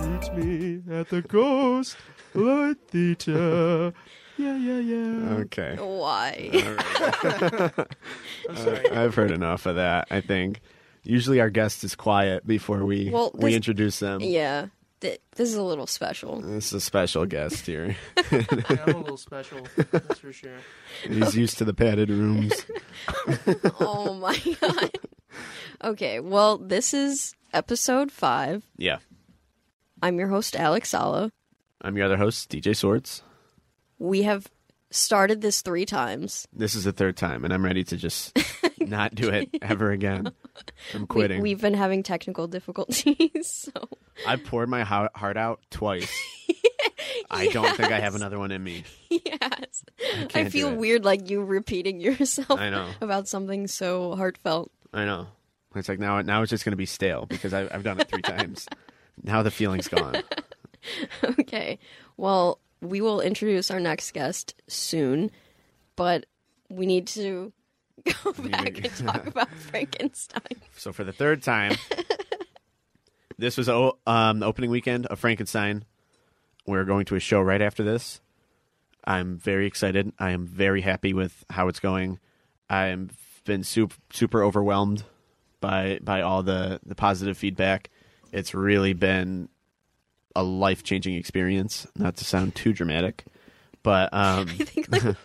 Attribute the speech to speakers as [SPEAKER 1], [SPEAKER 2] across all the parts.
[SPEAKER 1] Meet me at the ghost light theater. Yeah, yeah, yeah.
[SPEAKER 2] Okay.
[SPEAKER 3] Why?
[SPEAKER 2] I've heard enough of that, I think. Usually our guest is quiet before we
[SPEAKER 3] Well,
[SPEAKER 2] we
[SPEAKER 3] this-
[SPEAKER 2] introduce them.
[SPEAKER 3] yeah. Th- this is a little special.
[SPEAKER 2] This is a special guest here.
[SPEAKER 1] Yeah, I'm a little special. That's for sure.
[SPEAKER 2] He's used to the padded rooms.
[SPEAKER 3] oh my god. Okay, well, this is episode five.
[SPEAKER 2] Yeah.
[SPEAKER 3] I'm your host, Alex Sala.
[SPEAKER 2] I'm your other host, DJ Swords.
[SPEAKER 3] We have started this three times.
[SPEAKER 2] This is the third time, and I'm ready to just not do it ever again. I'm
[SPEAKER 3] We-
[SPEAKER 2] quitting.
[SPEAKER 3] we've been having technical difficulties, so
[SPEAKER 2] I poured my hou- heart out twice. I don't think I have another one in me.
[SPEAKER 3] yes. I,
[SPEAKER 2] can't do
[SPEAKER 3] feel
[SPEAKER 2] it.
[SPEAKER 3] weird like you repeating yourself
[SPEAKER 2] I know.
[SPEAKER 3] about something so heartfelt.
[SPEAKER 2] I know. It's like now, now it's just going to be stale because I, I've done it three times. Now the feeling's gone.
[SPEAKER 3] Okay. Well, we will introduce our next guest soon, but we need to go back and talk about Frankenstein.
[SPEAKER 2] So for the third time, this was o- um, the opening weekend of Frankenstein. We're going to a show right after this. I'm very excited. I am very happy with how it's going. I've been super super overwhelmed by by all the the positive feedback. It's really been a life changing experience. Not to sound too dramatic, but um,
[SPEAKER 3] I think like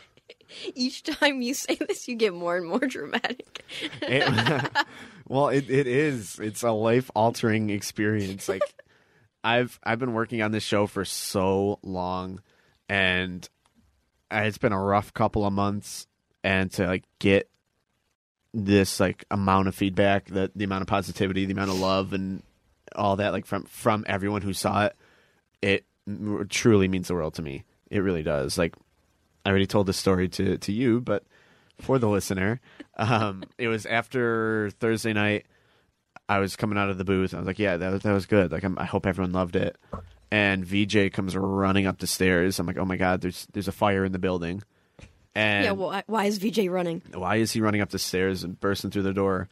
[SPEAKER 3] each time you say this, you get more and more dramatic.
[SPEAKER 2] It- well, it, it is. It's a life altering experience. Like I've I've been working on this show for so long, and it's been a rough couple of months. And to like get this like amount of feedback, the the amount of positivity, the amount of love, and all that like from from everyone who saw it, it m- truly means the world to me. It really does. Like I already told this story to to you, but for the listener, um, it was after Thursday night. I was coming out of the booth. I was like, "Yeah, that was, that was good. Like, I'm, I hope everyone loved it." And VJ comes running up the stairs. I'm like, "Oh my god, there's there's a fire in the building." And
[SPEAKER 3] yeah, well, I- why is VJ running?
[SPEAKER 2] why is he running up the stairs and bursting through the door?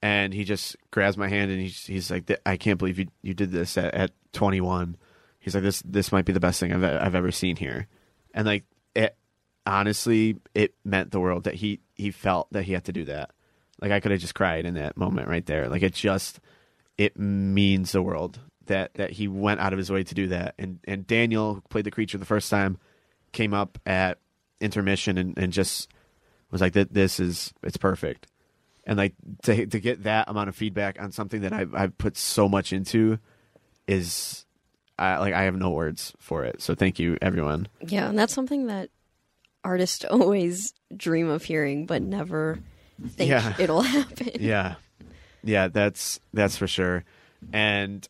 [SPEAKER 2] And he just grabs my hand and he's, he's like, "Th- I can't believe you, you did this at, at 21. He's like, this this might be the best thing I've, I've ever seen here. And like, it, honestly, it meant the world that he, he felt that he had to do that. Like, I could have just cried in that moment right there. Like, it just, it means the world that, that he went out of his way to do that. And, and Daniel, who played the creature the first time, came up at intermission and, and just was like that this is it's perfect and like to to get that amount of feedback on something that I've I've put so much into is I like I have no words for it. So thank you everyone.
[SPEAKER 3] Yeah, and that's something that artists always dream of hearing, but never think
[SPEAKER 2] Yeah.
[SPEAKER 3] it'll happen.
[SPEAKER 2] Yeah. Yeah, that's that's for sure. And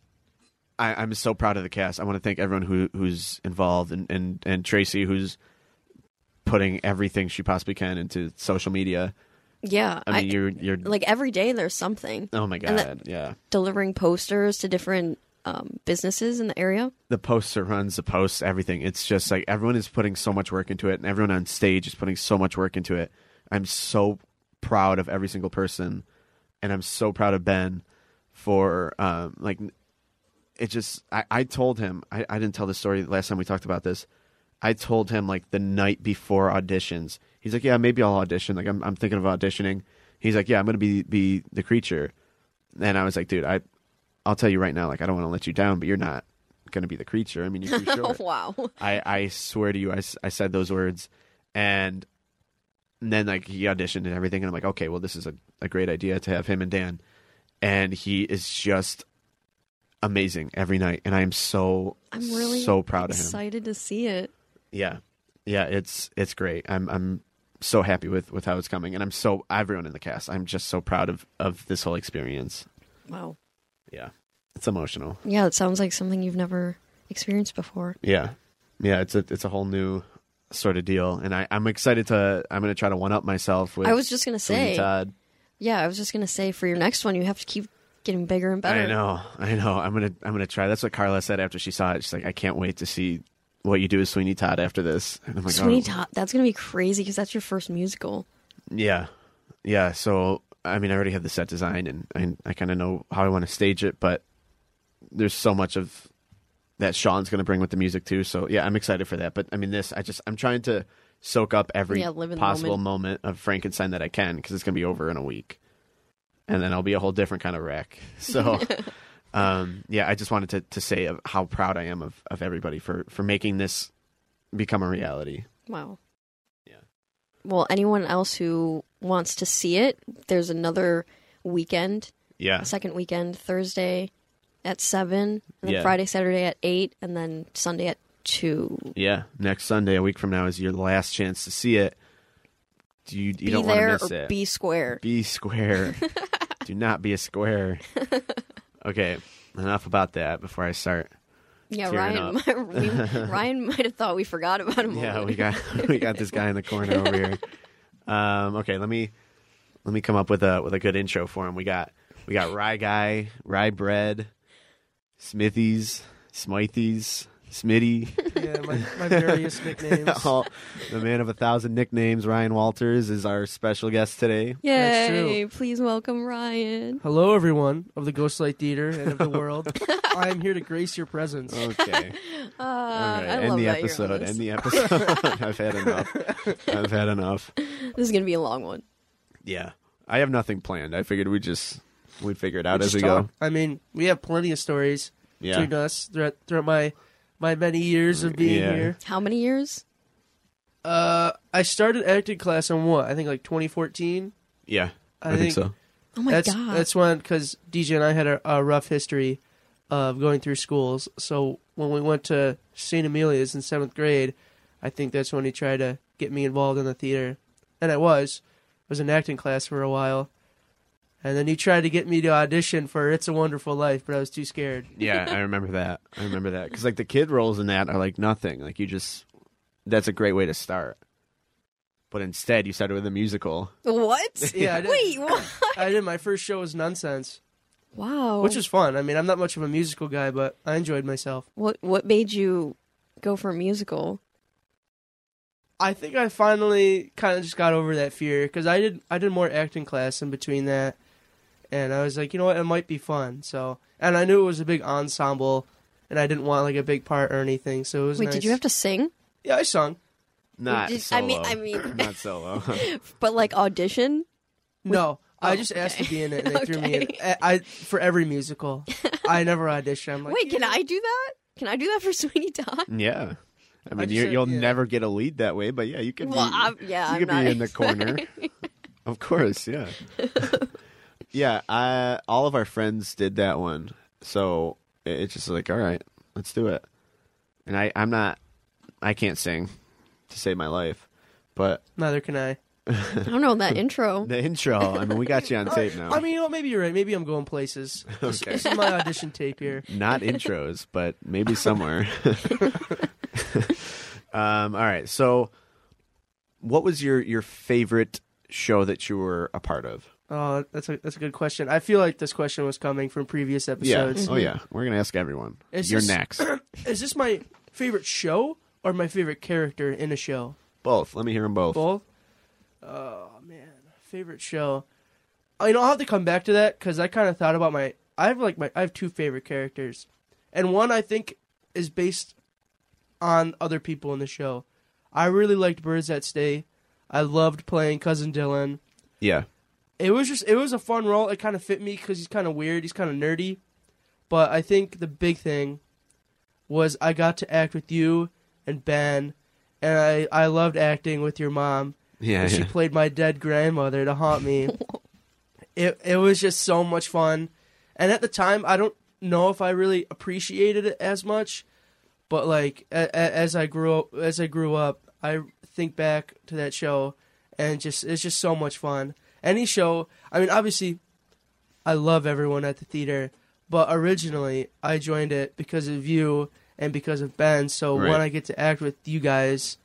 [SPEAKER 2] I, I'm so proud of the cast. I want to thank everyone who who's involved and, and, and Tracy who's putting everything she possibly can into social media.
[SPEAKER 3] Yeah,
[SPEAKER 2] I mean you're you're
[SPEAKER 3] like every day there's something.
[SPEAKER 2] oh my
[SPEAKER 3] and
[SPEAKER 2] god,
[SPEAKER 3] that-
[SPEAKER 2] yeah.
[SPEAKER 3] delivering posters to different um, businesses in the area.
[SPEAKER 2] the posts that runs the posts everything it's just like everyone is putting so much work into it and everyone on stage is putting so much work into it i'm so proud of every single person and i'm so proud of ben for um like it just i, I told him I, I didn't tell the story last time we talked about this i told him like the night before auditions he's like yeah maybe i'll audition like i'm, I'm thinking of auditioning he's like yeah i'm gonna be be the creature and i was like dude i i'll tell you right now like i don't want to let you down but you're not gonna be the creature i mean you're too
[SPEAKER 3] Oh
[SPEAKER 2] short
[SPEAKER 3] wow!
[SPEAKER 2] I, I swear to you, I, s- I said those words. And, and then, like, he auditioned and everything. And I'm like, okay, well, this is a, a great idea to have him and Dan. and he is just amazing every night. And I am so
[SPEAKER 3] I'm really
[SPEAKER 2] so proud of him.
[SPEAKER 3] excited to see it.
[SPEAKER 2] Yeah, yeah, it's it's great. I'm I'm so happy with with how it's coming, and I'm so everyone in the cast. I'm just so proud of of this whole experience.
[SPEAKER 3] Wow.
[SPEAKER 2] Yeah, it's emotional.
[SPEAKER 3] Yeah, it sounds like something you've never experienced before.
[SPEAKER 2] Yeah, yeah, it's a it's a whole new sort of deal, and I I'm excited to I'm gonna try to one up myself with.
[SPEAKER 3] I was just gonna
[SPEAKER 2] Sweeney
[SPEAKER 3] say,
[SPEAKER 2] Todd.
[SPEAKER 3] yeah, I was just gonna say for your next one, you have to keep getting bigger and better.
[SPEAKER 2] I know, I know. I'm gonna, I'm gonna try. That's what Carla said after she saw it. She's like, I can't wait to see what you do with Sweeney Todd after this. And I'm like,
[SPEAKER 3] Sweeney
[SPEAKER 2] "Oh,
[SPEAKER 3] Todd, that's gonna be crazy because that's your first musical.
[SPEAKER 2] yeah, yeah. So, I mean, I already have the set design, and I, I kind of know how I want to stage it, but there's so much of that Sean's gonna bring with the music too. So, yeah, I'm excited for that. But I mean, this, I just, I'm trying to soak up every
[SPEAKER 3] Yeah, live in the
[SPEAKER 2] possible moment of Frankenstein that I can because it's gonna be over in a week, and then I'll be a whole different kind of wreck. So. um, yeah, I just wanted to, to say of how proud I am of, of everybody for, for making this become a reality.
[SPEAKER 3] Wow.
[SPEAKER 2] Yeah.
[SPEAKER 3] Well, anyone else who wants to see it, there's another weekend,
[SPEAKER 2] Yeah.
[SPEAKER 3] second weekend, Thursday at seven, and then
[SPEAKER 2] Yeah.
[SPEAKER 3] Friday, Saturday at eight, and then Sunday at two.
[SPEAKER 2] Yeah. Next Sunday, a week from now, is your last chance to see it. Do you, you
[SPEAKER 3] be
[SPEAKER 2] don't want to
[SPEAKER 3] there
[SPEAKER 2] miss
[SPEAKER 3] or
[SPEAKER 2] it.
[SPEAKER 3] be square.
[SPEAKER 2] Be square. Do not be a square. Okay. Enough about that before I start.
[SPEAKER 3] yeah,
[SPEAKER 2] tearing
[SPEAKER 3] Ryan. we, Ryan might have thought we forgot about him.
[SPEAKER 2] Yeah,
[SPEAKER 3] already.
[SPEAKER 2] we got we got this guy in the corner over here. Um, okay, let me let me come up with a with a good intro for him. We got we got Rye Guy, Rye Bread, Smithies, Smithies, Smitty,
[SPEAKER 1] Yeah, my, my various nicknames.
[SPEAKER 2] all, the man of a thousand nicknames, Ryan Walters is our special guest today.
[SPEAKER 1] That's true.
[SPEAKER 3] Yay! Please welcome Ryan.
[SPEAKER 1] Hello, everyone of the Ghostlight Theater and of the world. I am here to grace your presence.
[SPEAKER 2] Okay.
[SPEAKER 3] Uh,
[SPEAKER 2] All right.
[SPEAKER 3] I
[SPEAKER 2] End
[SPEAKER 3] love
[SPEAKER 2] the
[SPEAKER 3] that
[SPEAKER 2] episode.
[SPEAKER 3] You're on
[SPEAKER 2] End
[SPEAKER 3] this.
[SPEAKER 2] the episode. I've had enough. I've had enough.
[SPEAKER 3] this is gonna be a long one.
[SPEAKER 2] Yeah. I have nothing planned. I figured we just we figure it out as
[SPEAKER 1] Just
[SPEAKER 2] we
[SPEAKER 1] talk.
[SPEAKER 2] go.
[SPEAKER 1] I mean, we have plenty of stories
[SPEAKER 2] Yeah.
[SPEAKER 1] between us throughout, throughout my my many years of being
[SPEAKER 2] Yeah.
[SPEAKER 1] here.
[SPEAKER 3] How many years?
[SPEAKER 1] Uh, I started acting class in what I think like 2014.
[SPEAKER 2] Yeah.
[SPEAKER 1] I
[SPEAKER 2] think
[SPEAKER 1] think-
[SPEAKER 2] so.
[SPEAKER 3] Oh my
[SPEAKER 1] that's
[SPEAKER 3] god!
[SPEAKER 1] that's when because DJ and I had a, a rough history of going through schools. So when we went to St. Amelia's in seventh grade, I think that's when he tried to get me involved in the theater, and I was I was in acting class for a while, and then he tried to get me to audition for It's a Wonderful Life, but I was too scared.
[SPEAKER 2] Yeah, I remember that. I remember that because like the kid roles in that are like nothing. Like you just, that's a great way to start. But instead, you started with a musical.
[SPEAKER 3] what?
[SPEAKER 1] Yeah, I did.
[SPEAKER 3] Wait, what?
[SPEAKER 1] I did my first show was Nonsense,
[SPEAKER 3] wow.
[SPEAKER 1] which was fun. I mean, I'm not much of a musical guy, but I enjoyed myself.
[SPEAKER 3] what? What made you go for a musical?
[SPEAKER 1] I think I finally kind of just got over that fear because I did I did more acting class in between that, and I was like, you know what, it might be fun. So, and I knew it was a big ensemble, and I didn't want like a big part or anything. So it was.
[SPEAKER 3] Wait, did you have to sing?
[SPEAKER 1] Yeah, I sung.
[SPEAKER 2] Not
[SPEAKER 3] Did- I
[SPEAKER 2] solo.
[SPEAKER 3] mean- I mean-
[SPEAKER 2] not solo.
[SPEAKER 3] But like audition?
[SPEAKER 1] No,
[SPEAKER 3] Oh,
[SPEAKER 1] I just asked to be in it, and they threw me in.
[SPEAKER 3] Okay.
[SPEAKER 1] I, I for every musical, I never auditioned. I'm like,
[SPEAKER 3] Wait, can
[SPEAKER 1] yeah.
[SPEAKER 3] I do that? Can I do that for Sweeney Todd?
[SPEAKER 2] yeah, I mean,
[SPEAKER 1] just
[SPEAKER 2] you
[SPEAKER 1] said-
[SPEAKER 2] you'll
[SPEAKER 1] yeah.
[SPEAKER 2] never get a lead that way. But yeah, you could.
[SPEAKER 3] Well,
[SPEAKER 2] be,
[SPEAKER 3] I'm, yeah,
[SPEAKER 2] you
[SPEAKER 3] I'm
[SPEAKER 2] could
[SPEAKER 3] not-
[SPEAKER 2] be in the corner. of course, yeah. yeah, I, all of our friends did that one. So it- it's just like, all right, let's do it. And I, I'm not, I can't sing to save my life. But
[SPEAKER 1] Neither can I.
[SPEAKER 3] I don't know that intro.
[SPEAKER 2] the intro, I mean, we got you on tape now.
[SPEAKER 1] I mean, you know, what, maybe you're right. Maybe I'm going places. This,
[SPEAKER 2] Okay.
[SPEAKER 1] this is my audition tape here.
[SPEAKER 2] not intros, but maybe somewhere. um, all right. So, what was your your favorite show that you were a part of?
[SPEAKER 1] Oh, that's a that's a good question. I feel like this question was coming from previous episodes.
[SPEAKER 2] Oh yeah. We're gonna ask everyone.
[SPEAKER 1] It's
[SPEAKER 2] You're
[SPEAKER 1] just-
[SPEAKER 2] next.
[SPEAKER 1] Is this my favorite show or my favorite character in a show?
[SPEAKER 2] both. Let me hear them both.
[SPEAKER 1] Both. Oh man, favorite show. I know I'll have to come back to that because I kind of thought about my. I have like my. I have two favorite characters, and one I think is based on other people in the show. I really liked Birds That Stay. I loved playing cousin Dylan.
[SPEAKER 2] Yeah.
[SPEAKER 1] It was just. It was a fun role. It kind of fit me because he's kind of weird. He's kind of nerdy, but I think the big thing was I got to act with you and Ben, and I I loved acting with your mom.
[SPEAKER 2] Yeah.
[SPEAKER 1] And she
[SPEAKER 2] yeah.
[SPEAKER 1] played my dead grandmother to haunt me. it it was just so much fun. And at the time, I don't know if I really appreciated it as much, but like a, a, as I grew up, as I grew up, I think back to that show, and just it's just so much fun. Any show, I mean, obviously, I love everyone at the theater, but originally I joined it because of you and because of Ben. So
[SPEAKER 2] Right.
[SPEAKER 1] when I get to act with you guys,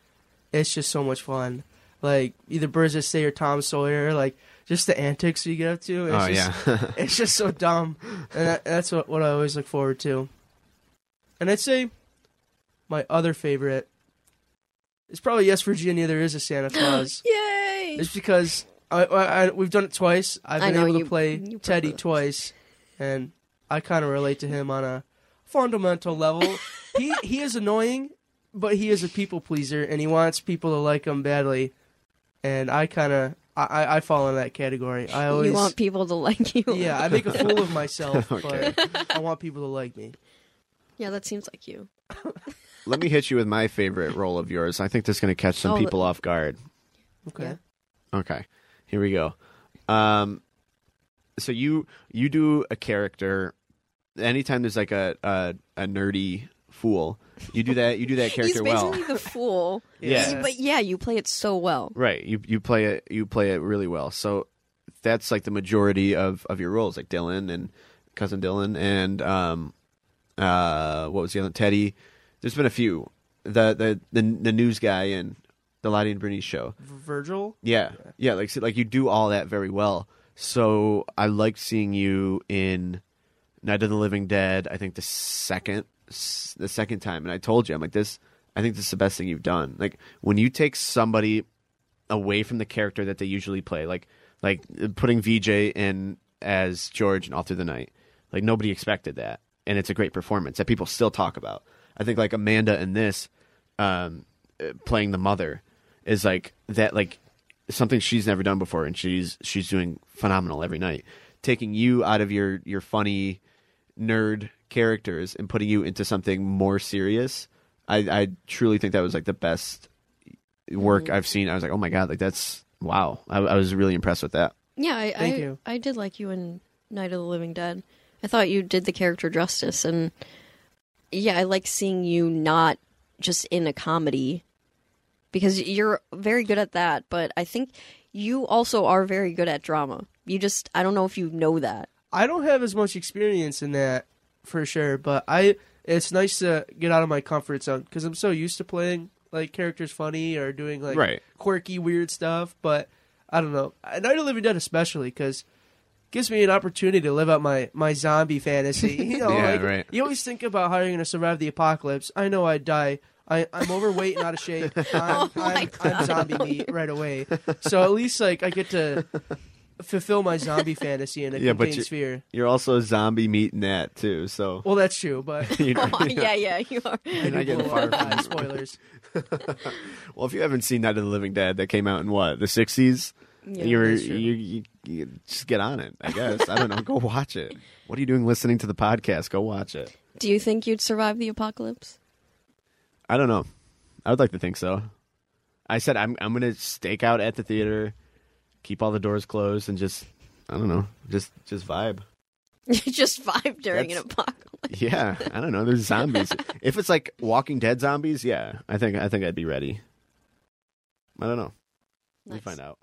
[SPEAKER 1] it's just so much fun. Like either Birds That Say or Tom Sawyer, like just the antics you get up to. It's
[SPEAKER 2] oh
[SPEAKER 1] just,
[SPEAKER 2] yeah.
[SPEAKER 1] it's just so dumb, and that, that's what, what I always look forward to. And I'd say my other favorite is probably Yes Virginia. There is a Santa Claus.
[SPEAKER 3] Yay!
[SPEAKER 1] it's because I, I, I, we've done it twice. I've
[SPEAKER 3] I
[SPEAKER 1] been
[SPEAKER 3] know,
[SPEAKER 1] able
[SPEAKER 3] you-
[SPEAKER 1] to play
[SPEAKER 3] you put
[SPEAKER 1] Teddy
[SPEAKER 3] the-
[SPEAKER 1] twice, and I kind of relate to him on a fundamental level. he he is annoying, but he is a people pleaser, and he wants people to like him badly. And I kind of I, I, I fall in that category. I always
[SPEAKER 3] You want people to like you.
[SPEAKER 1] yeah, I make a fool of myself,
[SPEAKER 2] Okay.
[SPEAKER 1] but I want people to like me.
[SPEAKER 3] Yeah, that seems like you.
[SPEAKER 2] Let me hit you with my favorite role of yours. I think that's going to catch some
[SPEAKER 3] Oh,
[SPEAKER 2] people off guard.
[SPEAKER 1] Okay.
[SPEAKER 3] Yeah.
[SPEAKER 2] Okay, here we go. Um, so you you do a character. Anytime there's like a a, a nerdy fool, you do that. You do that
[SPEAKER 3] He's
[SPEAKER 2] character well.
[SPEAKER 3] basically the fool.
[SPEAKER 2] Yeah.
[SPEAKER 3] But yeah, you play it so well.
[SPEAKER 2] Right. You you play it you play it really well. So that's like the majority of of your roles, like Dylan and cousin Dylan and um uh what was the other Teddy. There's been a few. The the the, the news guy and the Lottie and Bernice show.
[SPEAKER 1] Virgil.
[SPEAKER 2] Yeah. Yeah, like so, like you do all that very well. So I liked seeing you in Night of the Living Dead, I think the second s- the second time and I told you I'm like this I think this is the best thing you've done. Like when you take somebody away from the character that they usually play, like like putting VJ in as George in All Through the Night. Like nobody expected that, and it's a great performance that people still talk about. I think like Amanda in this, um, uh, playing the mother, is like that like something she's never done before, and she's she's doing phenomenal every night. Taking you out of your your funny nerd characters and putting you into something more serious, I, I truly think that was like the best work
[SPEAKER 1] Mm-hmm.
[SPEAKER 2] I've seen. I was like, oh my god, like that's wow. I, I was really impressed with that.
[SPEAKER 3] Yeah, I
[SPEAKER 1] Thank
[SPEAKER 3] I,
[SPEAKER 1] you.
[SPEAKER 3] I did like you in Night of the Living Dead. I thought you did the character justice and yeah, I like seeing you not just in a comedy because you're very good at that, but I think you also are very good at drama. You just I don't know if you know that.
[SPEAKER 1] I don't have as much experience in that for sure, but I it's nice to get out of my comfort zone because I'm so used to playing like characters funny or doing like
[SPEAKER 2] Right.
[SPEAKER 1] quirky weird stuff. But I don't know, Uh, Night of the Living Dead especially because gives me an opportunity to live out my my zombie fantasy. You know,
[SPEAKER 2] Yeah,
[SPEAKER 1] like,
[SPEAKER 2] right.
[SPEAKER 1] You always think about how you're going to survive the apocalypse. I know I'd die. I, I'm overweight and out of shape. I'm, I'm, I'm zombie meat right away. So at least like I get to fulfill my zombie fantasy in a
[SPEAKER 2] Yeah, but
[SPEAKER 1] contained
[SPEAKER 2] you-
[SPEAKER 1] sphere.
[SPEAKER 2] You're also a zombie meat in that too, so
[SPEAKER 1] Well, that's true, but
[SPEAKER 2] you know,
[SPEAKER 3] yeah, yeah, you are.
[SPEAKER 2] you're not getting
[SPEAKER 1] Well,
[SPEAKER 2] far.
[SPEAKER 1] uh, spoilers.
[SPEAKER 2] Well, if you haven't seen Night of the Living Dead, that came out in what the '60s,
[SPEAKER 3] Yeah,
[SPEAKER 2] you were
[SPEAKER 1] that's true.
[SPEAKER 2] you, you, you just get on it. I guess I don't know. Go watch it. What are you doing listening to the podcast? Go watch it.
[SPEAKER 3] Do you think you'd survive the apocalypse?
[SPEAKER 2] I don't know. I would like to think so. I said I'm I'm gonna stake out at the theater, keep all the doors closed, and just I don't know, just just vibe.
[SPEAKER 3] You just vibe during an
[SPEAKER 2] That's-
[SPEAKER 3] apocalypse.
[SPEAKER 2] Yeah, I don't know. There's zombies. if it's like Walking Dead zombies, yeah, I think I think I'd be ready. I don't know. We
[SPEAKER 3] Nice.
[SPEAKER 2] find out.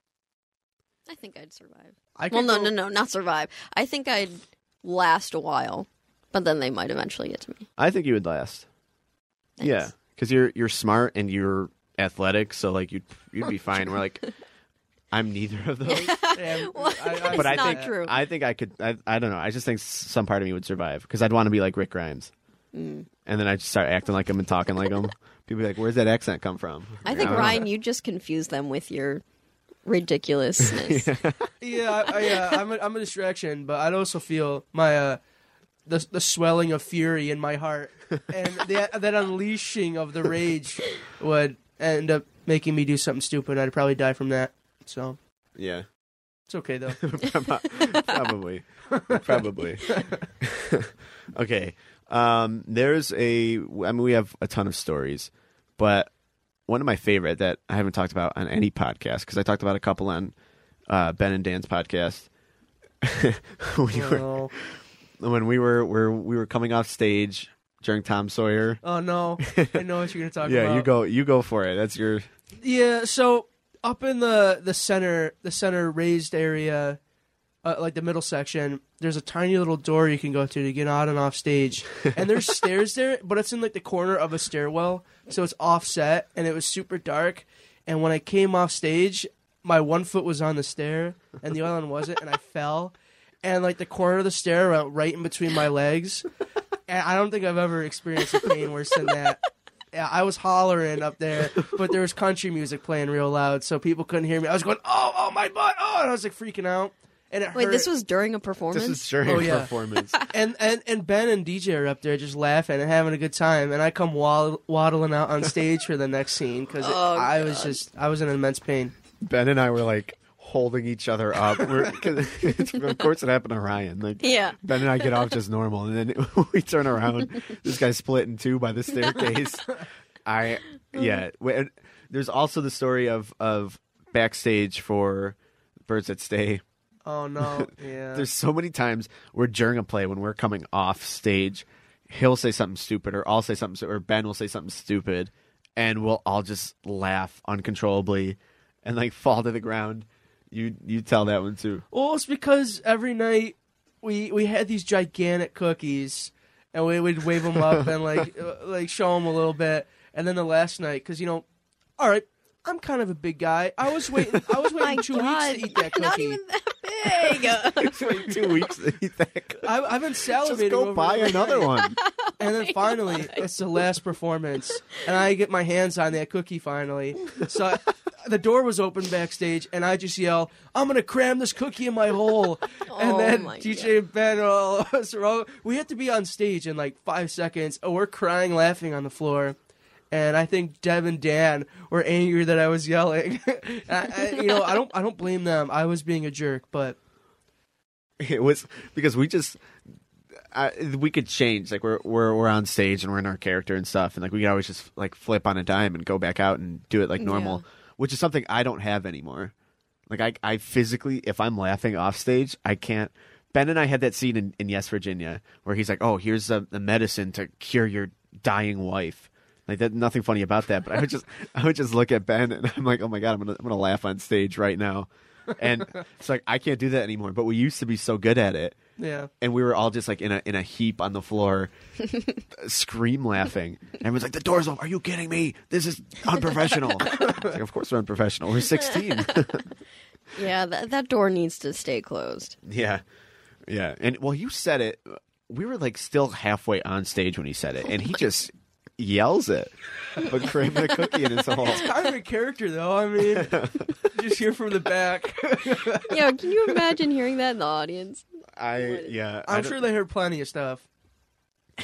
[SPEAKER 3] I think I'd survive.
[SPEAKER 1] I
[SPEAKER 3] Well,
[SPEAKER 1] could
[SPEAKER 3] no,
[SPEAKER 1] go-
[SPEAKER 3] no, no, not survive. I think I'd last a while, but then they might eventually get to me.
[SPEAKER 2] I think you would last.
[SPEAKER 3] Thanks.
[SPEAKER 2] Yeah, because you're you're smart and you're athletic, so like you'd you'd be fine. We're like, I'm neither of those.
[SPEAKER 1] Yeah,
[SPEAKER 3] Well,
[SPEAKER 1] I, I,
[SPEAKER 3] But
[SPEAKER 2] I
[SPEAKER 3] not
[SPEAKER 2] think
[SPEAKER 3] true.
[SPEAKER 2] I think I could. I, I don't know. I just think s- some part of me would survive because I'd want to be like Rick Grimes,
[SPEAKER 3] Mm.
[SPEAKER 2] and then I just start acting like him and talking like him. People be like, "Where's that accent come from?"
[SPEAKER 3] I think
[SPEAKER 2] don't know.
[SPEAKER 3] Ryan, you just confuse them with your ridiculousness.
[SPEAKER 1] yeah, I, I, yeah, I'm a, I'm a distraction, but I'd also feel my uh, the the swelling of fury in my heart, and the, that unleashing of the rage would end up making me do something stupid. I'd probably die from that. So
[SPEAKER 2] Yeah,
[SPEAKER 1] it's okay though.
[SPEAKER 2] probably, probably. okay, um, there's a. I mean, we have a ton of stories, but one of my favorite that I haven't talked about on any podcast because I talked about a couple on uh, Ben and Dan's podcast when, you were,
[SPEAKER 1] Oh,
[SPEAKER 2] when we were where we were coming off stage during Tom Sawyer.
[SPEAKER 1] oh no, I know what you're gonna talk
[SPEAKER 2] yeah,
[SPEAKER 1] about.
[SPEAKER 2] you go you go for it. That's your
[SPEAKER 1] Yeah, so up in the the center, the center raised area, uh, like the middle section, there's a tiny little door you can go through to get on and off stage. And there's stairs there, but it's in like the corner of a stairwell, so it's offset and it was super dark. And when I came off stage, my one foot was on the stair and the other one wasn't, and I fell. And like the corner of the stair went right in between my legs. And I don't think I've ever experienced a pain worse than that. Yeah, I was hollering up there, but there was country music playing real loud, so people couldn't hear me. I was going, "Oh, oh my butt!" Oh, and I was like freaking out, and it
[SPEAKER 3] Wait,
[SPEAKER 1] hurt.
[SPEAKER 3] this was during a performance.
[SPEAKER 2] this is during
[SPEAKER 1] Oh, yeah.
[SPEAKER 2] performance.
[SPEAKER 1] and, and and Ben and DJ are up there just laughing and having a good time, and I come waddle, waddling out on stage for the next scene because
[SPEAKER 3] Oh,
[SPEAKER 1] I was just I was in immense pain.
[SPEAKER 2] ben and I were like holding each other up. We're, 'cause it's- of course, it happened to Ryan. Like,
[SPEAKER 3] Yeah.
[SPEAKER 2] Ben and I get off just normal, and then we turn around. This guy's split in two by the staircase. I yeah. w- and There's also the story of of backstage for Birds That Stay.
[SPEAKER 1] Oh no, yeah.
[SPEAKER 2] There's so many times where during a play when we're coming off stage, he'll say something stupid, or I'll say something, stu- or Ben will say something stupid, and we'll all just laugh uncontrollably and like fall to the ground. You you tell that one too.
[SPEAKER 1] Well, it's because every night we we had these gigantic cookies, and we would wave them up and like uh, like show them a little bit, and then the last night because you know, all right, I'm kind of a big guy. I was waiting. I was
[SPEAKER 3] My
[SPEAKER 1] waiting two
[SPEAKER 3] God,
[SPEAKER 1] weeks to eat that cookie.
[SPEAKER 3] not even that big.
[SPEAKER 2] It's like two weeks to eat that. cookie.
[SPEAKER 1] I, I've been salivating.
[SPEAKER 2] Just
[SPEAKER 1] over
[SPEAKER 2] go
[SPEAKER 1] it
[SPEAKER 2] buy
[SPEAKER 1] all
[SPEAKER 2] another
[SPEAKER 1] night.
[SPEAKER 2] one.
[SPEAKER 1] And then finally, it's the last performance, and I get my hands on that cookie finally. So I- the door was open backstage, and I just yell, "I'm gonna cram this cookie in my hole!" And
[SPEAKER 3] Oh
[SPEAKER 1] then
[SPEAKER 3] my
[SPEAKER 1] DJ and Ben, all of us are all, we have to be on stage in like five seconds, and we're crying, laughing on the floor. And I think Deb and Dan were angry that I was yelling. I, I, you know, I don't, I don't blame them. I was being a jerk, but
[SPEAKER 2] It was because we just I, we could change. Like we're we're we're on stage and we're in our character and stuff, and like we could always just like flip on a dime and go back out and do it like normal, which is something I don't have anymore. Like I I physically, if I'm laughing off stage, I can't. Ben and I had that scene in, in Yes Virginia where he's like, "Oh, here's the, the medicine to cure your dying wife." Like that, nothing funny about that. But I would just, I would just look at Ben and I'm like, "Oh my god, I'm gonna, I'm gonna laugh on stage right now," and it's like I can't do that anymore. But we used to be so good at it
[SPEAKER 1] yeah.
[SPEAKER 2] and we were all just like in a in a heap on the floor, scream laughing. And everyone's like, "The door's open! Are you kidding me? This is unprofessional." It's like, of course we're unprofessional. We're sixteen.
[SPEAKER 3] yeah, that, that door needs to stay closed.
[SPEAKER 2] yeah, yeah. And well, you said it. We were like still halfway on stage when he said it, and he just yells it, but cramming a cookie in his hole.
[SPEAKER 1] Kind of a character though. I mean, just here from the back.
[SPEAKER 3] Yeah, can you imagine hearing that in the audience?
[SPEAKER 2] I yeah. I
[SPEAKER 1] I'm
[SPEAKER 2] don't-
[SPEAKER 1] sure they heard plenty of stuff.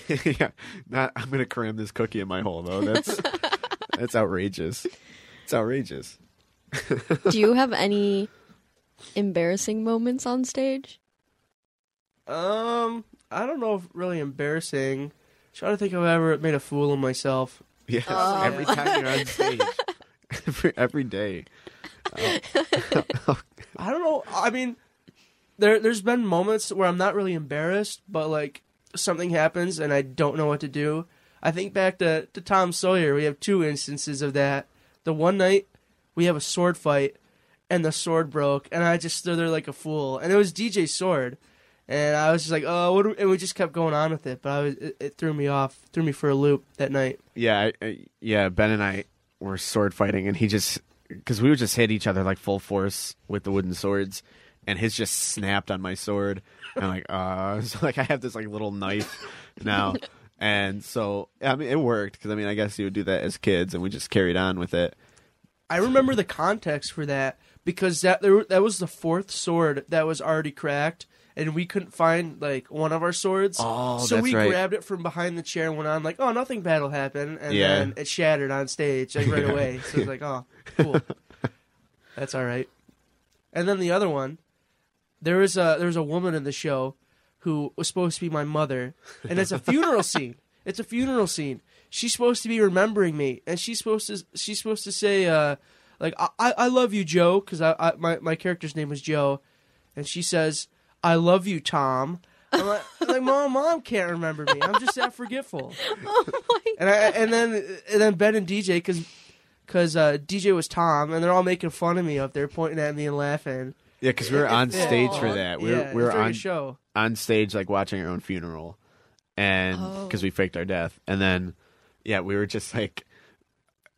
[SPEAKER 2] yeah, not. I'm gonna cram this cookie in my hole though. That's that's outrageous. It's outrageous.
[SPEAKER 3] Do you have any embarrassing moments on stage?
[SPEAKER 1] Um, I don't know if really embarrassing. trying to think if I ever made a fool of myself.
[SPEAKER 2] Yes,
[SPEAKER 1] Oh.
[SPEAKER 3] Um,
[SPEAKER 2] every time you're on stage, every, every day.
[SPEAKER 1] I don't know. I mean, there there's been moments where I'm not really embarrassed, but like something happens and I don't know what to do. I think back to to Tom Sawyer. We have two instances of that. The one night we have a sword fight, and the sword broke, and I just stood there like a fool, and it was DJ's sword, and I was just like, oh, what? do we-" And we just kept going on with it, but I was it, it threw me off, threw me for a loop that night.
[SPEAKER 2] Yeah, I, I, yeah. Ben and I were sword fighting, and he just because we would just hit each other like full force with the wooden swords, and his just snapped on my sword. And I'm like, uh, so like I have this like little knife now, and so I mean it worked because I mean I guess you would do that as kids, and we just carried on with it.
[SPEAKER 1] I remember the context for that because that there, were- that was the fourth sword that was already cracked, and we couldn't find like one of our swords.
[SPEAKER 2] Oh,
[SPEAKER 1] so
[SPEAKER 2] that's
[SPEAKER 1] we
[SPEAKER 2] right.
[SPEAKER 1] grabbed it from behind the chair and went on like, "Oh, nothing bad will happen," and
[SPEAKER 2] Yeah.
[SPEAKER 1] then it shattered on stage like right away. So it's like, "Oh, cool, that's all right." And then the other one, there was a there was a woman in the show who was supposed to be my mother, and it's a funeral scene. It's a funeral scene. She's supposed to be remembering me, and she's supposed to she's supposed to say uh, like I I I love you, Joe, because I, I my my character's name was Joe, and she says I love you, Tom. I'm like, I'm like, mom, mom can't remember me. I'm just that forgetful. And I, and then and then Ben and DJ because because uh, DJ was Tom and they're all making fun of me up there, pointing at me and laughing.
[SPEAKER 2] Yeah, because we were on
[SPEAKER 3] Yeah.
[SPEAKER 2] stage for that. We were,
[SPEAKER 1] yeah,
[SPEAKER 2] we were
[SPEAKER 1] during
[SPEAKER 2] on
[SPEAKER 1] a show.
[SPEAKER 2] on stage like watching our own funeral, and
[SPEAKER 3] Oh.
[SPEAKER 2] because we faked our death, and then yeah, we were just like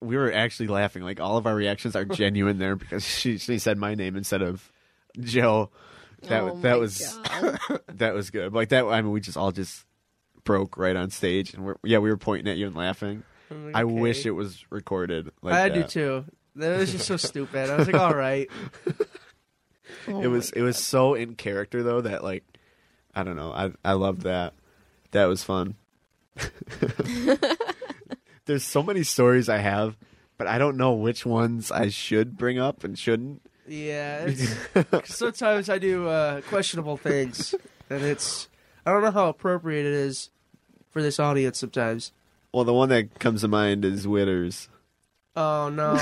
[SPEAKER 2] we were actually laughing. Like all of our reactions are genuine there because she she said my name instead of Joe. That
[SPEAKER 3] Oh my
[SPEAKER 2] that was
[SPEAKER 3] God.
[SPEAKER 2] that was good. Like that. I mean, we just all just broke right on stage, and we're yeah, we were pointing at you and laughing.
[SPEAKER 1] I'm like,
[SPEAKER 2] I
[SPEAKER 1] okay.
[SPEAKER 2] wish it was recorded. Like
[SPEAKER 1] I do
[SPEAKER 2] that.
[SPEAKER 1] too. That was just so stupid. I was like, all right.
[SPEAKER 3] Oh
[SPEAKER 2] it
[SPEAKER 3] my
[SPEAKER 2] was it was so in character though that like I don't know I I loved that that was fun. There's so many stories I have, but I don't know which ones I should bring up and shouldn't.
[SPEAKER 1] Yeah. it's- sometimes I do uh, questionable things, and it's I don't know how appropriate it is for this audience sometimes.
[SPEAKER 2] Well, the one that comes to mind is Witters.
[SPEAKER 1] Oh no,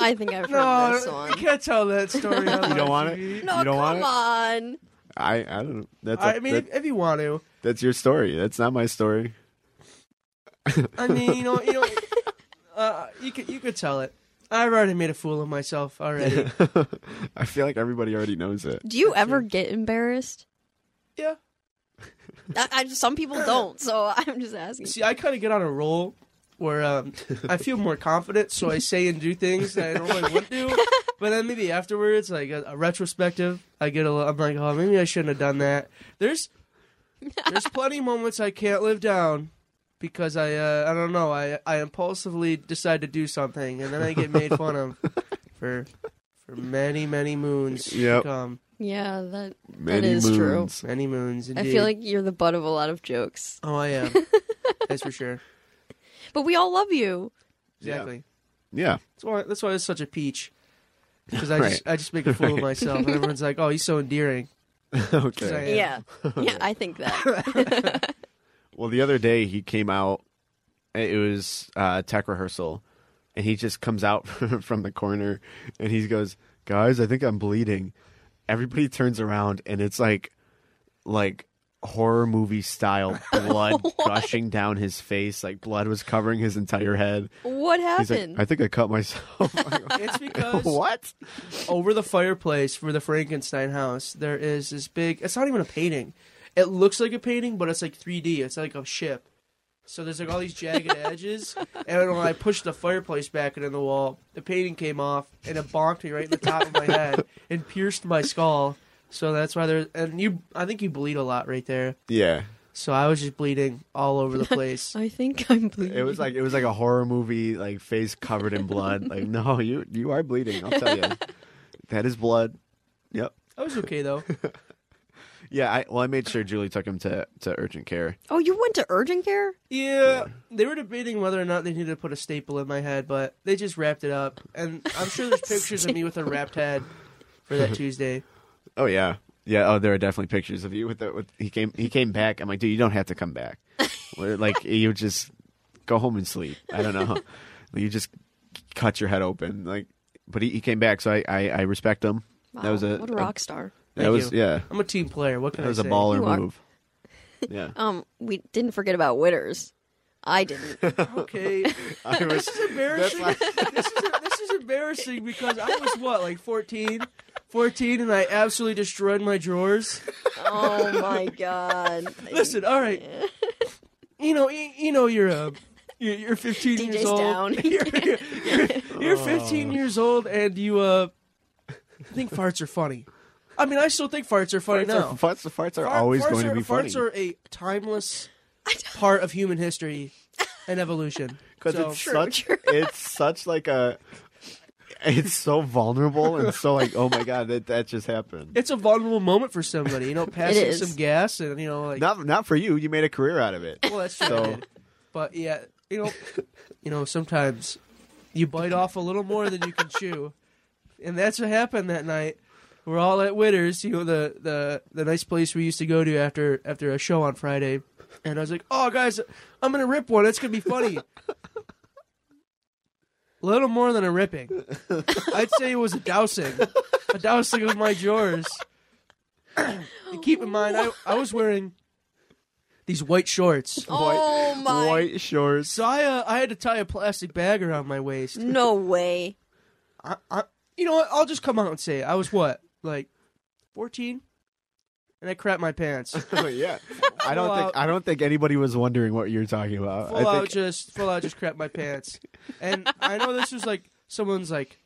[SPEAKER 3] I think I've heard
[SPEAKER 1] no,
[SPEAKER 3] this one.
[SPEAKER 1] you can't tell that story.
[SPEAKER 2] You don't want it?
[SPEAKER 3] No,
[SPEAKER 2] you don't want
[SPEAKER 3] come
[SPEAKER 2] it?
[SPEAKER 3] on.
[SPEAKER 2] I I don't know. That's a-
[SPEAKER 1] I mean,
[SPEAKER 2] that-
[SPEAKER 1] if, if you want to,
[SPEAKER 2] that's your story. That's not my story.
[SPEAKER 1] I mean, you know, you know, uh, you could you could tell it. I've already made a fool of myself already.
[SPEAKER 2] I feel like everybody already knows it.
[SPEAKER 3] Do you ever get embarrassed?
[SPEAKER 1] yeah.
[SPEAKER 3] I, I, some people don't, so I'm just asking.
[SPEAKER 1] See, I kind of get on a roll where um, I feel more confident, so I say and do things that I normally wouldn't do. But then maybe afterwards, like a, a retrospective, I get a little. I'm like, oh, maybe I shouldn't have done that. There's there's plenty of moments I can't live down because I uh, I don't know I I impulsively decide to do something and then I get made fun of for for many many moons
[SPEAKER 2] Yep.
[SPEAKER 1] to come.
[SPEAKER 3] Yeah, that
[SPEAKER 2] Many
[SPEAKER 3] is true.
[SPEAKER 2] moons.
[SPEAKER 1] Many moons. Indeed.
[SPEAKER 3] I feel like you're the butt of a lot of jokes.
[SPEAKER 1] oh I am. That's for sure.
[SPEAKER 3] But we all love you.
[SPEAKER 2] Yeah.
[SPEAKER 1] Exactly.
[SPEAKER 2] Yeah.
[SPEAKER 1] That's why that's why it's such a peach. Because I
[SPEAKER 2] Right.
[SPEAKER 1] just I just make a fool of myself, and everyone's like, "Oh, he's so endearing."
[SPEAKER 2] okay.
[SPEAKER 1] Sorry.
[SPEAKER 3] Yeah.
[SPEAKER 1] Yeah.
[SPEAKER 3] Yeah, I think that.
[SPEAKER 2] Well, the other day he came out. It was uh, tech rehearsal, and he just comes out from the corner and he goes, "Guys, I think I'm bleeding." Everybody turns around and it's like, like horror movie style blood gushing down his face. Like blood was covering his entire head.
[SPEAKER 3] What
[SPEAKER 2] He's like,
[SPEAKER 3] happened?
[SPEAKER 2] "I think I cut myself."
[SPEAKER 1] It's because
[SPEAKER 2] what?
[SPEAKER 1] over the fireplace for the Frankenstein house, there is this big. It's not even a painting. It looks like a painting, but it's like 3D. It's like a ship. So there's like all these jagged edges, and when I pushed the fireplace back into the wall, the painting came off, and it bonked me right in the top of my head and pierced my skull. So that's why there. And you, I think you bleed a lot right there.
[SPEAKER 2] Yeah.
[SPEAKER 1] So I was just bleeding all over the place.
[SPEAKER 3] I, think I'm bleeding.
[SPEAKER 2] It was like it was like a horror movie, like face covered in blood. Like, no, you you are bleeding. I'll tell you, that is blood. Yep.
[SPEAKER 1] I was okay though.
[SPEAKER 2] Yeah, I, well, I made sure Julie took him to, to urgent care.
[SPEAKER 3] oh, you went to urgent care?
[SPEAKER 1] Yeah, they were debating whether or not they needed to put a staple in my head, but they just wrapped it up. And I'm sure there's pictures of me with a wrapped head for that Tuesday.
[SPEAKER 2] Oh yeah, yeah. Oh, there are definitely pictures of you with the. With, he came. He came back. I'm like, dude, you don't have to come back. We're like you just go home and sleep. I don't know. you just cut your head open. Like, but he, he came back, so I I, I respect him. that
[SPEAKER 3] Wow,
[SPEAKER 2] was a
[SPEAKER 3] what a rock star.
[SPEAKER 2] That
[SPEAKER 1] Thank
[SPEAKER 2] was
[SPEAKER 1] you.
[SPEAKER 2] yeah.
[SPEAKER 1] I'm a team player. What can
[SPEAKER 2] That was
[SPEAKER 1] I
[SPEAKER 2] a
[SPEAKER 1] say?
[SPEAKER 2] baller
[SPEAKER 3] You are-
[SPEAKER 2] move. Yeah,
[SPEAKER 3] Um, we didn't forget about Witters. I didn't.
[SPEAKER 1] Okay,
[SPEAKER 2] I was.
[SPEAKER 1] this is embarrassing. this, is this is embarrassing because I was what like 14, 14, and I absolutely destroyed my drawers.
[SPEAKER 3] oh my god.
[SPEAKER 1] Listen, all right, you know, you, you know, you're a. You're you're 15 years
[SPEAKER 3] DJ's
[SPEAKER 1] old.
[SPEAKER 3] down.
[SPEAKER 1] You're, you're- you're- you're
[SPEAKER 2] Oh.
[SPEAKER 1] 15 years old, and you uh, think farts are funny. I mean, I still think farts are funny
[SPEAKER 2] Farts
[SPEAKER 1] now.
[SPEAKER 2] are, farts, farts are
[SPEAKER 1] Fart-
[SPEAKER 2] always
[SPEAKER 1] farts
[SPEAKER 2] going
[SPEAKER 1] are,
[SPEAKER 2] to be funny
[SPEAKER 1] Farts are a timeless part of human history and evolution.
[SPEAKER 2] because
[SPEAKER 1] So,
[SPEAKER 2] it's such it's such like a it's so vulnerable and so like oh my god that that just happened
[SPEAKER 1] it's a vulnerable moment for somebody. You know, passing
[SPEAKER 3] is.
[SPEAKER 1] some gas and you know, like
[SPEAKER 2] not not for you you made a career out of it
[SPEAKER 1] well, that's true. I
[SPEAKER 2] So-
[SPEAKER 1] did. But yeah, you know, you know, sometimes you bite off a little more than you can chew, and that's what happened that night. We're all at Witters, you know, the, the the nice place we used to go to after after a show on Friday, and I was like, "Oh, guys, I'm gonna rip one. It's gonna be funny." little more than a ripping. I'd say it was a dousing, a dousing of my drawers. And keep in mind, I, I was wearing these white shorts.
[SPEAKER 3] oh my!
[SPEAKER 2] White shorts.
[SPEAKER 1] So I, uh, I had to tie a plastic bag around my waist.
[SPEAKER 3] No way.
[SPEAKER 1] I, I, you know what? I'll just come out and say it. I was what, like, fourteen, and I crap my pants.
[SPEAKER 2] yeah. I don't
[SPEAKER 1] Full
[SPEAKER 2] think
[SPEAKER 1] out.
[SPEAKER 2] I don't think anybody was wondering what you're talking about.
[SPEAKER 1] Full
[SPEAKER 2] I
[SPEAKER 1] out,
[SPEAKER 2] think
[SPEAKER 1] just full out, just crap my pants. And I know this was like someone's like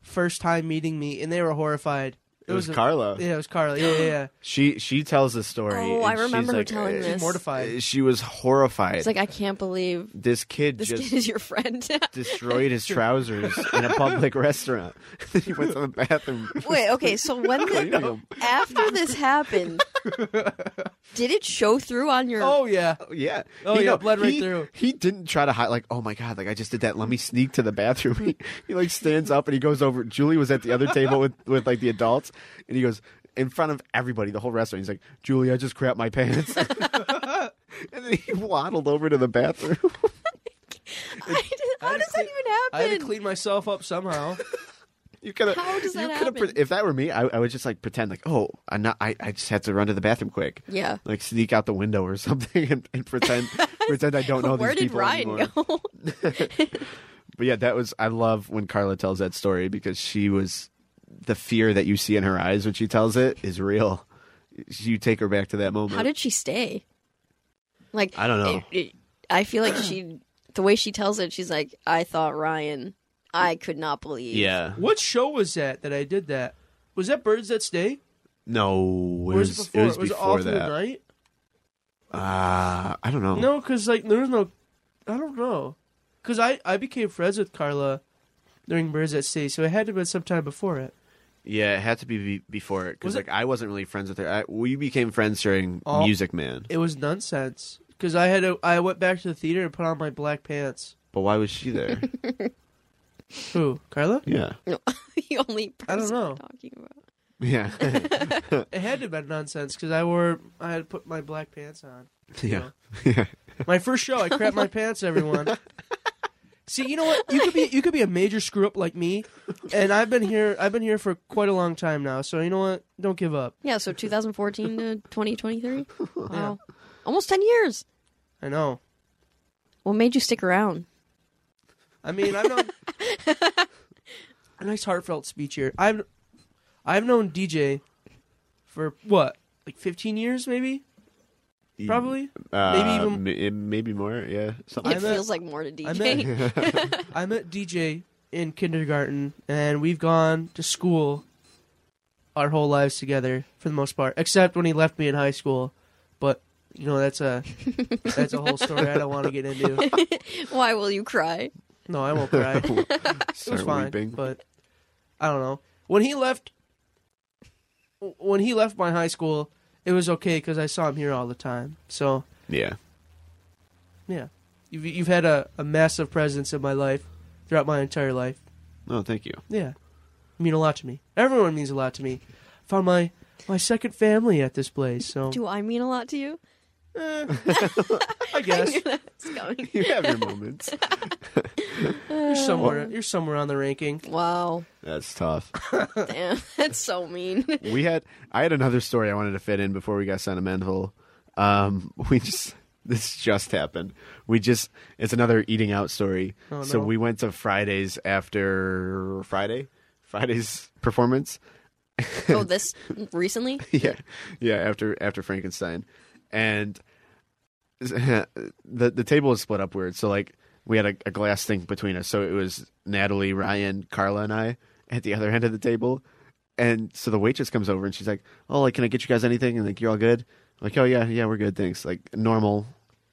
[SPEAKER 1] first time meeting me, and they were horrified.
[SPEAKER 2] it was,
[SPEAKER 1] a-
[SPEAKER 2] Carla.
[SPEAKER 1] Yeah, it was Carla. Yeah, yeah. yeah.
[SPEAKER 2] She she tells the story.
[SPEAKER 3] Oh, I
[SPEAKER 2] and she's
[SPEAKER 3] remember her
[SPEAKER 2] like,
[SPEAKER 3] telling
[SPEAKER 2] uh,
[SPEAKER 3] this.
[SPEAKER 1] Mortified.
[SPEAKER 2] She was horrified.
[SPEAKER 3] It's like I can't believe
[SPEAKER 2] this kid
[SPEAKER 3] this
[SPEAKER 2] just
[SPEAKER 3] kid is your friend.
[SPEAKER 2] destroyed his trousers in a public restaurant. he went to the bathroom.
[SPEAKER 3] Wait, okay, so when
[SPEAKER 2] Cleaning
[SPEAKER 3] the,
[SPEAKER 2] 'em.
[SPEAKER 3] after this happened, did it show through on your?
[SPEAKER 1] Oh yeah.
[SPEAKER 2] Yeah.
[SPEAKER 1] Oh, yeah, bled right
[SPEAKER 2] he,
[SPEAKER 1] through.
[SPEAKER 2] He didn't try to hide like, oh my god, like I just did that. Let me sneak to the bathroom. He, he like stands up and he goes over. Julie was at the other table with with like the adults, and he goes in front of everybody, the whole restaurant. He's like, Julie, I just crapped my pants. and then he waddled over to the bathroom.
[SPEAKER 3] I did- how
[SPEAKER 1] had to
[SPEAKER 3] does that
[SPEAKER 1] clean-
[SPEAKER 3] even happen?
[SPEAKER 1] I had to clean myself up somehow.
[SPEAKER 2] You could have.
[SPEAKER 3] How does that
[SPEAKER 2] you could've
[SPEAKER 3] happen?
[SPEAKER 2] Pre- if that were me, I, I would just like pretend like, oh, I'm not. I, I just had to run to the bathroom quick.
[SPEAKER 3] Yeah.
[SPEAKER 2] Like sneak out the window or something and, and pretend pretend I don't know
[SPEAKER 3] Where
[SPEAKER 2] these
[SPEAKER 3] did
[SPEAKER 2] people
[SPEAKER 3] Ryan
[SPEAKER 2] anymore.
[SPEAKER 3] go?
[SPEAKER 2] But yeah, that was I love when Carla tells that story because she was the fear that you see in her eyes when she tells it is real. You take her back to that moment.
[SPEAKER 3] How did she stay? Like
[SPEAKER 2] I don't know.
[SPEAKER 3] it- it- I feel like she, the way she tells it, she's like, "I thought Ryan, I could not believe."
[SPEAKER 2] yeah.
[SPEAKER 1] what show was that that I did that? Was that Birds That Stay?
[SPEAKER 2] No, it
[SPEAKER 1] Or was
[SPEAKER 2] was,
[SPEAKER 1] it before?
[SPEAKER 2] it was
[SPEAKER 1] it
[SPEAKER 2] before
[SPEAKER 1] all through the
[SPEAKER 2] that.
[SPEAKER 1] night?
[SPEAKER 2] Uh, I don't know.
[SPEAKER 1] No, because like there was no, I don't know, because I I became friends with Carla during Birds at Sea, so it had to have been sometime before it.
[SPEAKER 2] Yeah, it had to be be- before it because
[SPEAKER 1] Was
[SPEAKER 2] like
[SPEAKER 1] it-
[SPEAKER 2] I wasn't really friends with her. I, we became friends during
[SPEAKER 1] Oh.
[SPEAKER 2] Music Man.
[SPEAKER 1] It was nonsense because I had to, I went back to the theater and put on my black pants.
[SPEAKER 2] But why was she there?
[SPEAKER 1] Who Carla?
[SPEAKER 2] yeah,
[SPEAKER 3] No, the only person
[SPEAKER 1] I don't know.
[SPEAKER 3] we're talking about.
[SPEAKER 2] yeah,
[SPEAKER 1] It had to have been nonsense because I wore I had to put my black pants on.
[SPEAKER 2] yeah, yeah.
[SPEAKER 1] My first show, I crap my pants. Everyone. See, you know what? You could be you could be a major screw up like me, and I've been here. I've been here for quite a long time now. So you know what? Don't give up.
[SPEAKER 3] Yeah, so 2014 to 2023. Wow, almost 10 years.
[SPEAKER 1] I know.
[SPEAKER 3] What made you stick around?
[SPEAKER 1] I mean, I've known a nice heartfelt speech here. I've I've known DJ for what, like fifteen years, maybe, probably.
[SPEAKER 2] Uh,
[SPEAKER 1] even-
[SPEAKER 2] maybe maybe more. Yeah, something.
[SPEAKER 3] It
[SPEAKER 1] I met-
[SPEAKER 3] feels like more to DJ.
[SPEAKER 1] I met DJ in kindergarten, and we've gone to school our whole lives together for the most part, except when he left me in high school. But you know, that's a that's a whole story I don't want to get into.
[SPEAKER 3] Why will you cry?
[SPEAKER 1] No, I won't cry. it was
[SPEAKER 2] Start
[SPEAKER 1] fine,
[SPEAKER 2] weeping.
[SPEAKER 1] but I don't know. When he left, when he left my high school, it was okay because I saw him here all the time. So
[SPEAKER 2] yeah,
[SPEAKER 1] yeah, you've you've had a, a massive presence in my life throughout my entire life.
[SPEAKER 2] no, thank you.
[SPEAKER 1] Yeah, you mean a lot to me. Everyone means a lot to me. Found my my second family at this place, so
[SPEAKER 3] Do I mean a lot to you?
[SPEAKER 1] I guess
[SPEAKER 3] It's going.
[SPEAKER 2] You have your moments.
[SPEAKER 1] you're somewhere you're somewhere on the ranking.
[SPEAKER 3] Wow,
[SPEAKER 2] That's tough.
[SPEAKER 3] damn, that's so mean.
[SPEAKER 2] We had I had another story I wanted to fit in before we got sentimental. Um, we just this just happened. We just it's another eating out story.
[SPEAKER 1] Oh,
[SPEAKER 2] So
[SPEAKER 1] no.
[SPEAKER 2] we went to Fridays after Friday, Friday's performance.
[SPEAKER 3] Oh, this recently?
[SPEAKER 2] yeah, yeah. After after Frankenstein, and the the table was split up weird. So like we had a, a glass thing between us. So it was Natalie, Ryan, Carla, and I at the other end of the table. And so the waitress comes over and she's like, "Oh, like, can I get you guys anything?" And like, "You're all good." I'm like, "Oh yeah, yeah, we're good, thanks." Like normal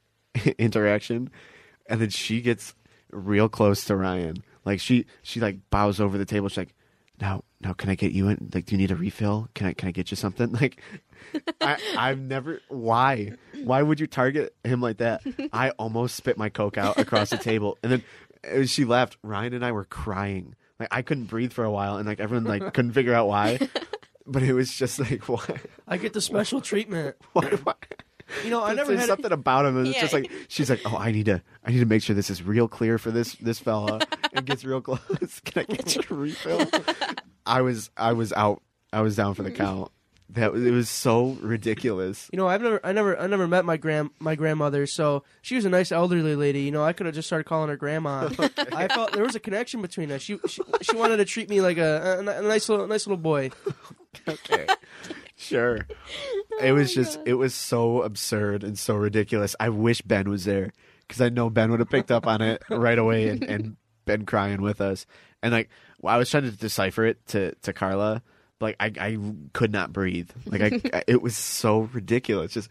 [SPEAKER 2] interaction, and then she gets real close to Ryan. Like she she like bows over the table. She's like, "Now, now, can I get you in? Like, do you need a refill? Can I can I get you something?" Like, I I've never why why would you target him like that? I almost spit my coke out across the table, and then as she left, Ryan and I were crying. Like I couldn't breathe for a while, and like everyone like couldn't figure out why. But it was just like why
[SPEAKER 1] I get the special treatment.
[SPEAKER 2] why. why?
[SPEAKER 1] You know, I never
[SPEAKER 2] There's
[SPEAKER 1] had
[SPEAKER 2] something about him, and it's
[SPEAKER 3] Yeah.
[SPEAKER 2] just like she's like, "Oh, I need to, I need to make sure this is real clear for this this fella." and gets real close. Can I get you a refill? I was, I was out, I was down for the count. That it was so ridiculous.
[SPEAKER 1] You know, I've never, I never, I never met my grand, my grandmother. So she was a nice elderly lady. You know, I could have just started calling her grandma. I felt there was a connection between us. She, she, she wanted to treat me like a, a, a nice little, nice little boy.
[SPEAKER 2] Okay. sure. it was just it was so absurd and so ridiculous. I wish Ben was there because I know Ben would have picked up on it right away and, and been crying with us. And like well, I was trying to decipher it to to Carla, but like I I could not breathe. Like I, I- it was so ridiculous. Just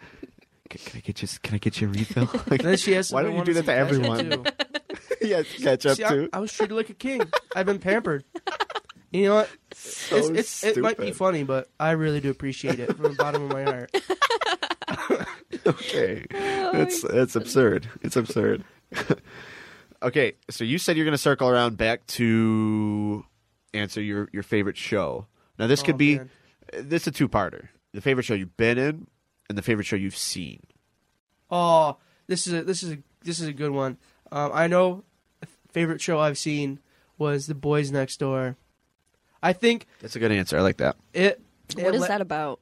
[SPEAKER 2] can, can I get you can I get you a refill? Like,
[SPEAKER 1] Then she has
[SPEAKER 2] why
[SPEAKER 1] something
[SPEAKER 2] don't you do that to
[SPEAKER 1] I wanted some
[SPEAKER 2] everyone?
[SPEAKER 1] ketchup,
[SPEAKER 2] yeah, catch
[SPEAKER 1] too.
[SPEAKER 2] up
[SPEAKER 1] See, I,
[SPEAKER 2] too.
[SPEAKER 1] I was treated like a king. I've been pampered. You know what?
[SPEAKER 2] So
[SPEAKER 1] it's, it's, it might be
[SPEAKER 2] stupid.
[SPEAKER 1] funny, but I really do appreciate it from the bottom of my heart.
[SPEAKER 2] okay.
[SPEAKER 1] Oh
[SPEAKER 2] That's that's absurd. It's absurd. okay, so you said you're going to circle around back to answer your your favorite show. Now this could
[SPEAKER 1] Oh,
[SPEAKER 2] be
[SPEAKER 1] man.
[SPEAKER 2] this is a two-parter. The favorite show you've been in and the favorite show you've seen.
[SPEAKER 1] Oh, this is a this is a this is a good one. Um, I know favorite show I've seen was The Boys Next Door. I think
[SPEAKER 2] That's a good answer. I like that.
[SPEAKER 1] it.
[SPEAKER 3] What
[SPEAKER 1] it
[SPEAKER 3] is
[SPEAKER 1] let-
[SPEAKER 3] that about?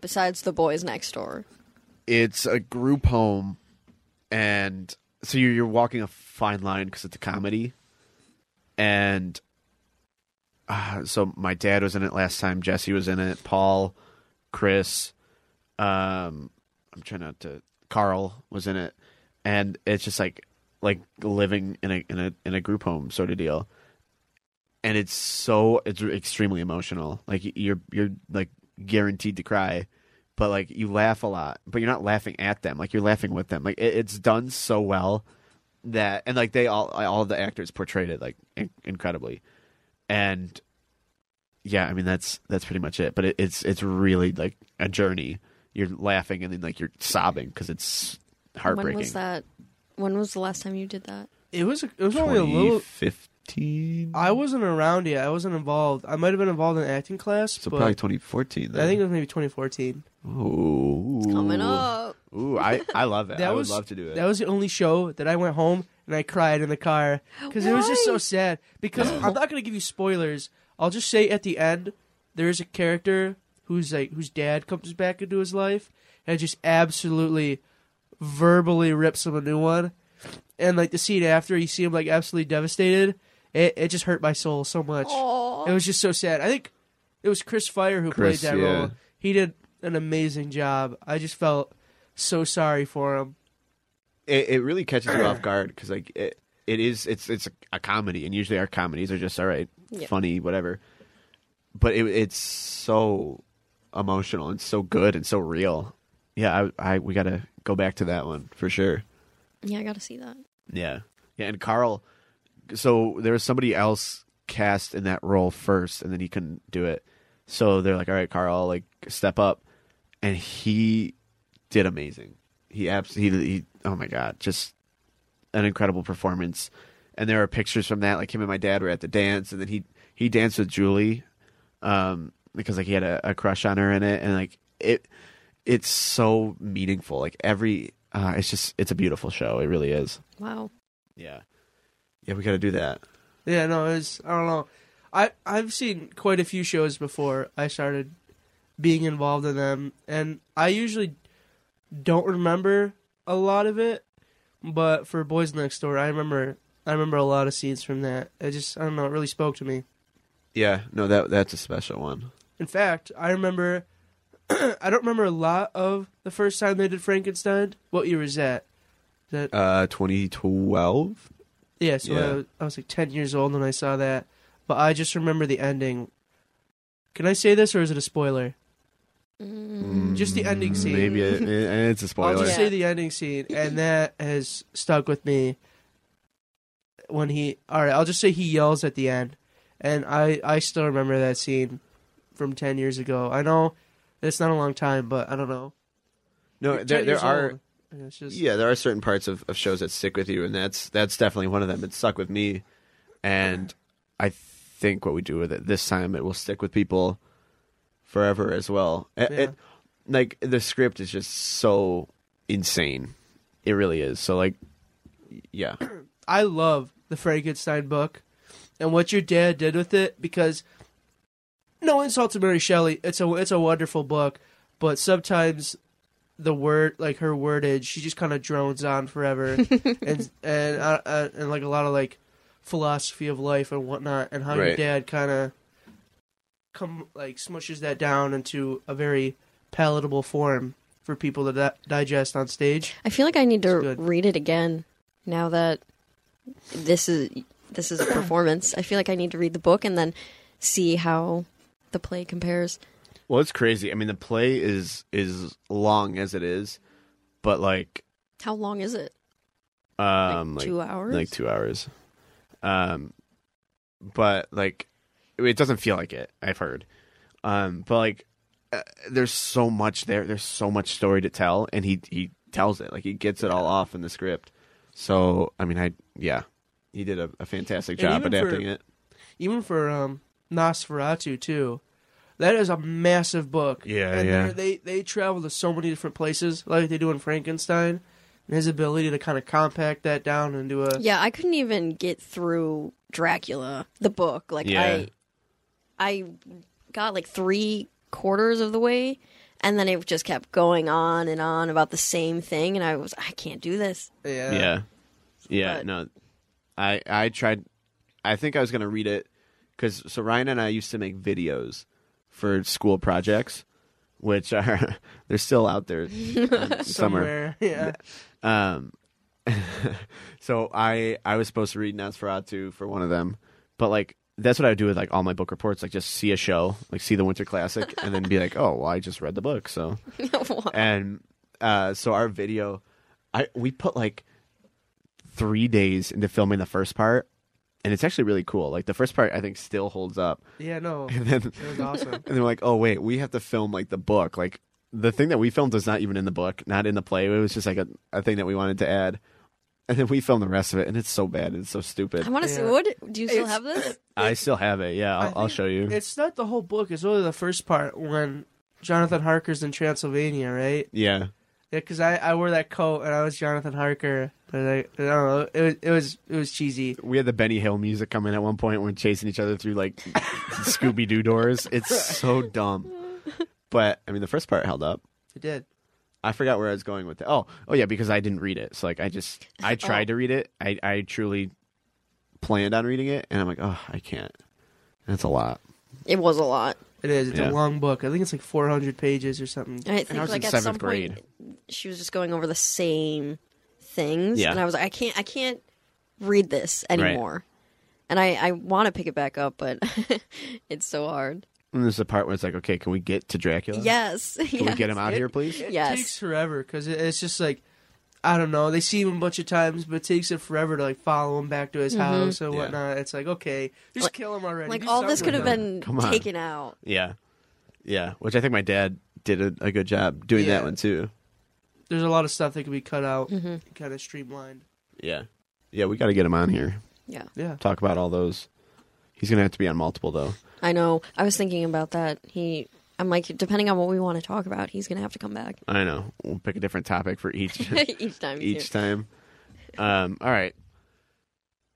[SPEAKER 3] Besides the boys next door.
[SPEAKER 2] It's a group home and so you're you're walking a fine line cuz it's a comedy. And uh, so my dad was in it last time, Jesse was in it, Paul, Chris, um I'm trying not to Carl was in it and it's just like like living in a in a in a group home sort of deal. And it's so it's extremely emotional. Like you're you're like guaranteed to cry, but like you laugh a lot, but you're not laughing at them. Like you're laughing with them. Like it, it's done so well that and like they all all the actors portrayed it like in- incredibly. And yeah, I mean that's that's pretty much it. But it, it's it's really like a journey. You're laughing and then like you're sobbing because it's heartbreaking.
[SPEAKER 3] When was that? When was the last time you did that?
[SPEAKER 1] It was it was only a little. Uh,
[SPEAKER 2] 2015.
[SPEAKER 1] I wasn't around yet. I wasn't involved. I might have been involved in acting class,
[SPEAKER 2] so
[SPEAKER 1] but
[SPEAKER 2] probably 2014. Then.
[SPEAKER 1] I think it was maybe 2014.
[SPEAKER 2] Ooh.
[SPEAKER 3] Coming up.
[SPEAKER 2] Ooh, I, I love it.
[SPEAKER 1] That
[SPEAKER 2] I
[SPEAKER 1] was-
[SPEAKER 2] would love to do it.
[SPEAKER 1] That was the only show that I went home and I cried in the car because it was just so
[SPEAKER 3] Why?
[SPEAKER 1] sad. Because I'm not gonna give you spoilers. I'll just say at the end there is a character who's like whose dad comes back into his life and just absolutely verbally rips him a new one. And like the scene after, you see him like absolutely devastated. It it just hurt my soul so much. It was just so sad. I think it was Chris Fire who
[SPEAKER 2] Chris,
[SPEAKER 1] played that
[SPEAKER 2] yeah.
[SPEAKER 1] role. He did an amazing job. I just felt so sorry for him.
[SPEAKER 2] it, it really catches you off guard because like it, it is it's it's a comedy and usually our comedies are just all right
[SPEAKER 3] Yeah.
[SPEAKER 2] funny whatever but it, it's so emotional and so good and so real yeah I, I we gotta go back to that one for sure
[SPEAKER 3] Yeah, I got to see that.
[SPEAKER 2] yeah yeah and carl so there was somebody else cast in that role first and then he couldn't do it so they're like all right carl like step up and he did amazing he absolutely he, oh my god just an incredible performance and there are pictures from that like him and my dad were at the dance and then he he danced with julie um because like he had a, a crush on her in it and like it it's so meaningful like every uh it's just it's a beautiful show it really is
[SPEAKER 3] Wow.
[SPEAKER 2] yeah yeah we gotta do that
[SPEAKER 1] Yeah, no, it was. I don't know. I I've seen quite a few shows before I started being involved in them, and I usually don't remember a lot of it. But for Boys Next Door, I remember I remember a lot of scenes from that. It just I don't know. It really spoke to me.
[SPEAKER 2] yeah no that that's a special one
[SPEAKER 1] In fact, I remember. I don't remember a lot of the first time they did Frankenstein. What year was that? That
[SPEAKER 2] uh 2012
[SPEAKER 1] Yeah, so
[SPEAKER 2] Yeah.
[SPEAKER 1] I, was, I was like 10 years old when I saw that. But I just remember the ending. Can I say this or is it a spoiler?
[SPEAKER 3] Mm.
[SPEAKER 1] Just the ending scene.
[SPEAKER 2] maybe it, it- it's a
[SPEAKER 1] I'll
[SPEAKER 2] spoiler
[SPEAKER 1] just
[SPEAKER 3] Yeah.
[SPEAKER 1] say the ending scene, and that has stuck with me. When he, all right, I'll just say he yells at the end, and I I still remember that scene from ten years ago. I know it's not a long time, but I don't know.
[SPEAKER 2] no
[SPEAKER 1] You're 10
[SPEAKER 2] there, there
[SPEAKER 1] years
[SPEAKER 2] are
[SPEAKER 1] old, and It's just,
[SPEAKER 2] yeah there are certain parts of, of shows that stick with you and that's that's definitely one of them it stuck with me and i think what we do with it this time it will stick with people forever as well It- it- like the script is just so insane it really is so like yeah
[SPEAKER 1] I love the Frankenstein book and what your dad did with it because no insult to Mary Shelley. It's a it's a wonderful book, but sometimes the word like her wordage, she just kind of drones on forever,
[SPEAKER 3] Mm.
[SPEAKER 1] and and uh, uh, and like a lot of like philosophy of life and whatnot, and how your
[SPEAKER 4] Right.
[SPEAKER 1] dad kind of come like smushes that down into a very palatable form for people to di- digest on stage.
[SPEAKER 3] I feel like I need to
[SPEAKER 1] It's good.
[SPEAKER 3] read it again now that this is this is a performance. I feel like I need to read the book and then see how the play compares.
[SPEAKER 2] Well, it's crazy. I mean, the play is is long as it is, but like
[SPEAKER 3] How long is it?
[SPEAKER 2] um like,
[SPEAKER 3] two hours.
[SPEAKER 2] like two hours. Um, but like, it doesn't feel like it. I've heard. Um, but like, uh, there's so much there. There's so much story to tell, and he he tells it. Like he gets it all off in the script. So I mean, I yeah, he did a, a fantastic
[SPEAKER 1] And
[SPEAKER 2] job
[SPEAKER 1] even for-
[SPEAKER 2] adapting it.
[SPEAKER 1] even for um, Nosferatu too. That is a massive book.
[SPEAKER 2] Yeah,
[SPEAKER 1] and
[SPEAKER 2] yeah.
[SPEAKER 1] they're- They they travel to so many different places, like they do in Frankenstein. And his ability to kind of compact that down into a
[SPEAKER 3] Yeah, I couldn't even get through Dracula the book. Like
[SPEAKER 2] Yeah.
[SPEAKER 3] I I got like 3 quarters of the way and then it just kept going on and on about the same thing and I was I can't do this.
[SPEAKER 1] yeah.
[SPEAKER 2] yeah yeah
[SPEAKER 3] But-
[SPEAKER 2] no i i tried i think i was gonna read it because so ryan and i used to make videos for school projects which are they're still out there um, somewhere
[SPEAKER 1] somewhere. Yeah,
[SPEAKER 2] um so i i was supposed to read nosferatu for one of them but like that's what i would do with like all my book reports like just see a show like see the winter classic and then be like oh well i just read the book so and uh, so our video, I we put like three days into filming the first part, and it's actually really cool. Like the first part, I think still holds up,
[SPEAKER 1] yeah. No,
[SPEAKER 2] and then
[SPEAKER 1] it was awesome.
[SPEAKER 2] and they're like, oh wait, we have to film like the book. Like the thing that we filmed is not even in the book, not in the play. It was just like a, a thing that we wanted to add. And then we filmed the rest of it, and it's so bad. It's so stupid.
[SPEAKER 3] I want to see
[SPEAKER 1] Yeah.
[SPEAKER 3] what do you still
[SPEAKER 1] It's-
[SPEAKER 3] have this?
[SPEAKER 2] I still have it. Yeah, I'll,
[SPEAKER 1] I
[SPEAKER 2] I'll
[SPEAKER 1] think
[SPEAKER 2] show you.
[SPEAKER 1] It's not the whole book. It's only the first part when Jonathan Harker's in Transylvania, right?
[SPEAKER 2] Yeah,
[SPEAKER 1] Yeah, because I, I wore that coat and I was Jonathan Harker, but I, I don't know. It was it was it was cheesy.
[SPEAKER 2] we had the Benny Hill music come in at one point. We're chasing each other through like Scooby Doo doors. It's so dumb. But I mean, the first part held up.
[SPEAKER 1] It did.
[SPEAKER 2] I forgot where I was going with it. Oh, oh yeah, because I didn't read it. So like, I just
[SPEAKER 3] Oh.
[SPEAKER 2] I tried to read it. I I truly planned on reading it, and I'm like, oh, I can't. That's a lot.
[SPEAKER 3] It was a lot.
[SPEAKER 1] It is. It's
[SPEAKER 2] Yeah.
[SPEAKER 1] a long book. I think it's like 400 pages or something.
[SPEAKER 3] And I think
[SPEAKER 2] I was
[SPEAKER 3] like
[SPEAKER 2] in
[SPEAKER 3] at
[SPEAKER 2] seventh
[SPEAKER 3] some
[SPEAKER 2] grade.
[SPEAKER 3] point she was just going over the same things
[SPEAKER 2] Yeah.
[SPEAKER 3] and I was like I can't I can't read this anymore. And I I want to pick it back up but it's so hard.
[SPEAKER 2] And there's the part where it's like, okay, can we get to Dracula?
[SPEAKER 3] Yes.
[SPEAKER 2] Uh, Can we
[SPEAKER 3] yes.
[SPEAKER 2] get him out
[SPEAKER 1] It-
[SPEAKER 2] here, please?
[SPEAKER 1] It
[SPEAKER 3] Yes.
[SPEAKER 1] takes forever because it, it's just like, I don't know. They see him a bunch of times, but it takes it forever to like follow him back to his house and
[SPEAKER 2] Yeah.
[SPEAKER 1] whatnot. It's like, okay, just
[SPEAKER 3] Mm-hmm. Like-
[SPEAKER 1] kill him already.
[SPEAKER 3] Like
[SPEAKER 1] Do
[SPEAKER 3] all this
[SPEAKER 1] something
[SPEAKER 3] could have
[SPEAKER 1] with him.
[SPEAKER 3] been
[SPEAKER 2] Come on.
[SPEAKER 3] taken out.
[SPEAKER 2] Yeah, yeah. Which I think my dad did a, a good job doing
[SPEAKER 1] Yeah.
[SPEAKER 2] that one too.
[SPEAKER 1] There's a lot of stuff that could be cut out,
[SPEAKER 3] Mm-hmm.
[SPEAKER 1] kind of streamlined.
[SPEAKER 2] Yeah, yeah. We got to get him on here.
[SPEAKER 3] Yeah.
[SPEAKER 1] Yeah.
[SPEAKER 2] talk about all those. He's gonna have to be on multiple though.
[SPEAKER 3] I know. I was thinking about that. He I'm like depending on what we want to talk about, he's going to have to come back
[SPEAKER 2] I know. We'll pick a different topic for each
[SPEAKER 3] each time.
[SPEAKER 2] each
[SPEAKER 3] too.
[SPEAKER 2] time. Um, all right.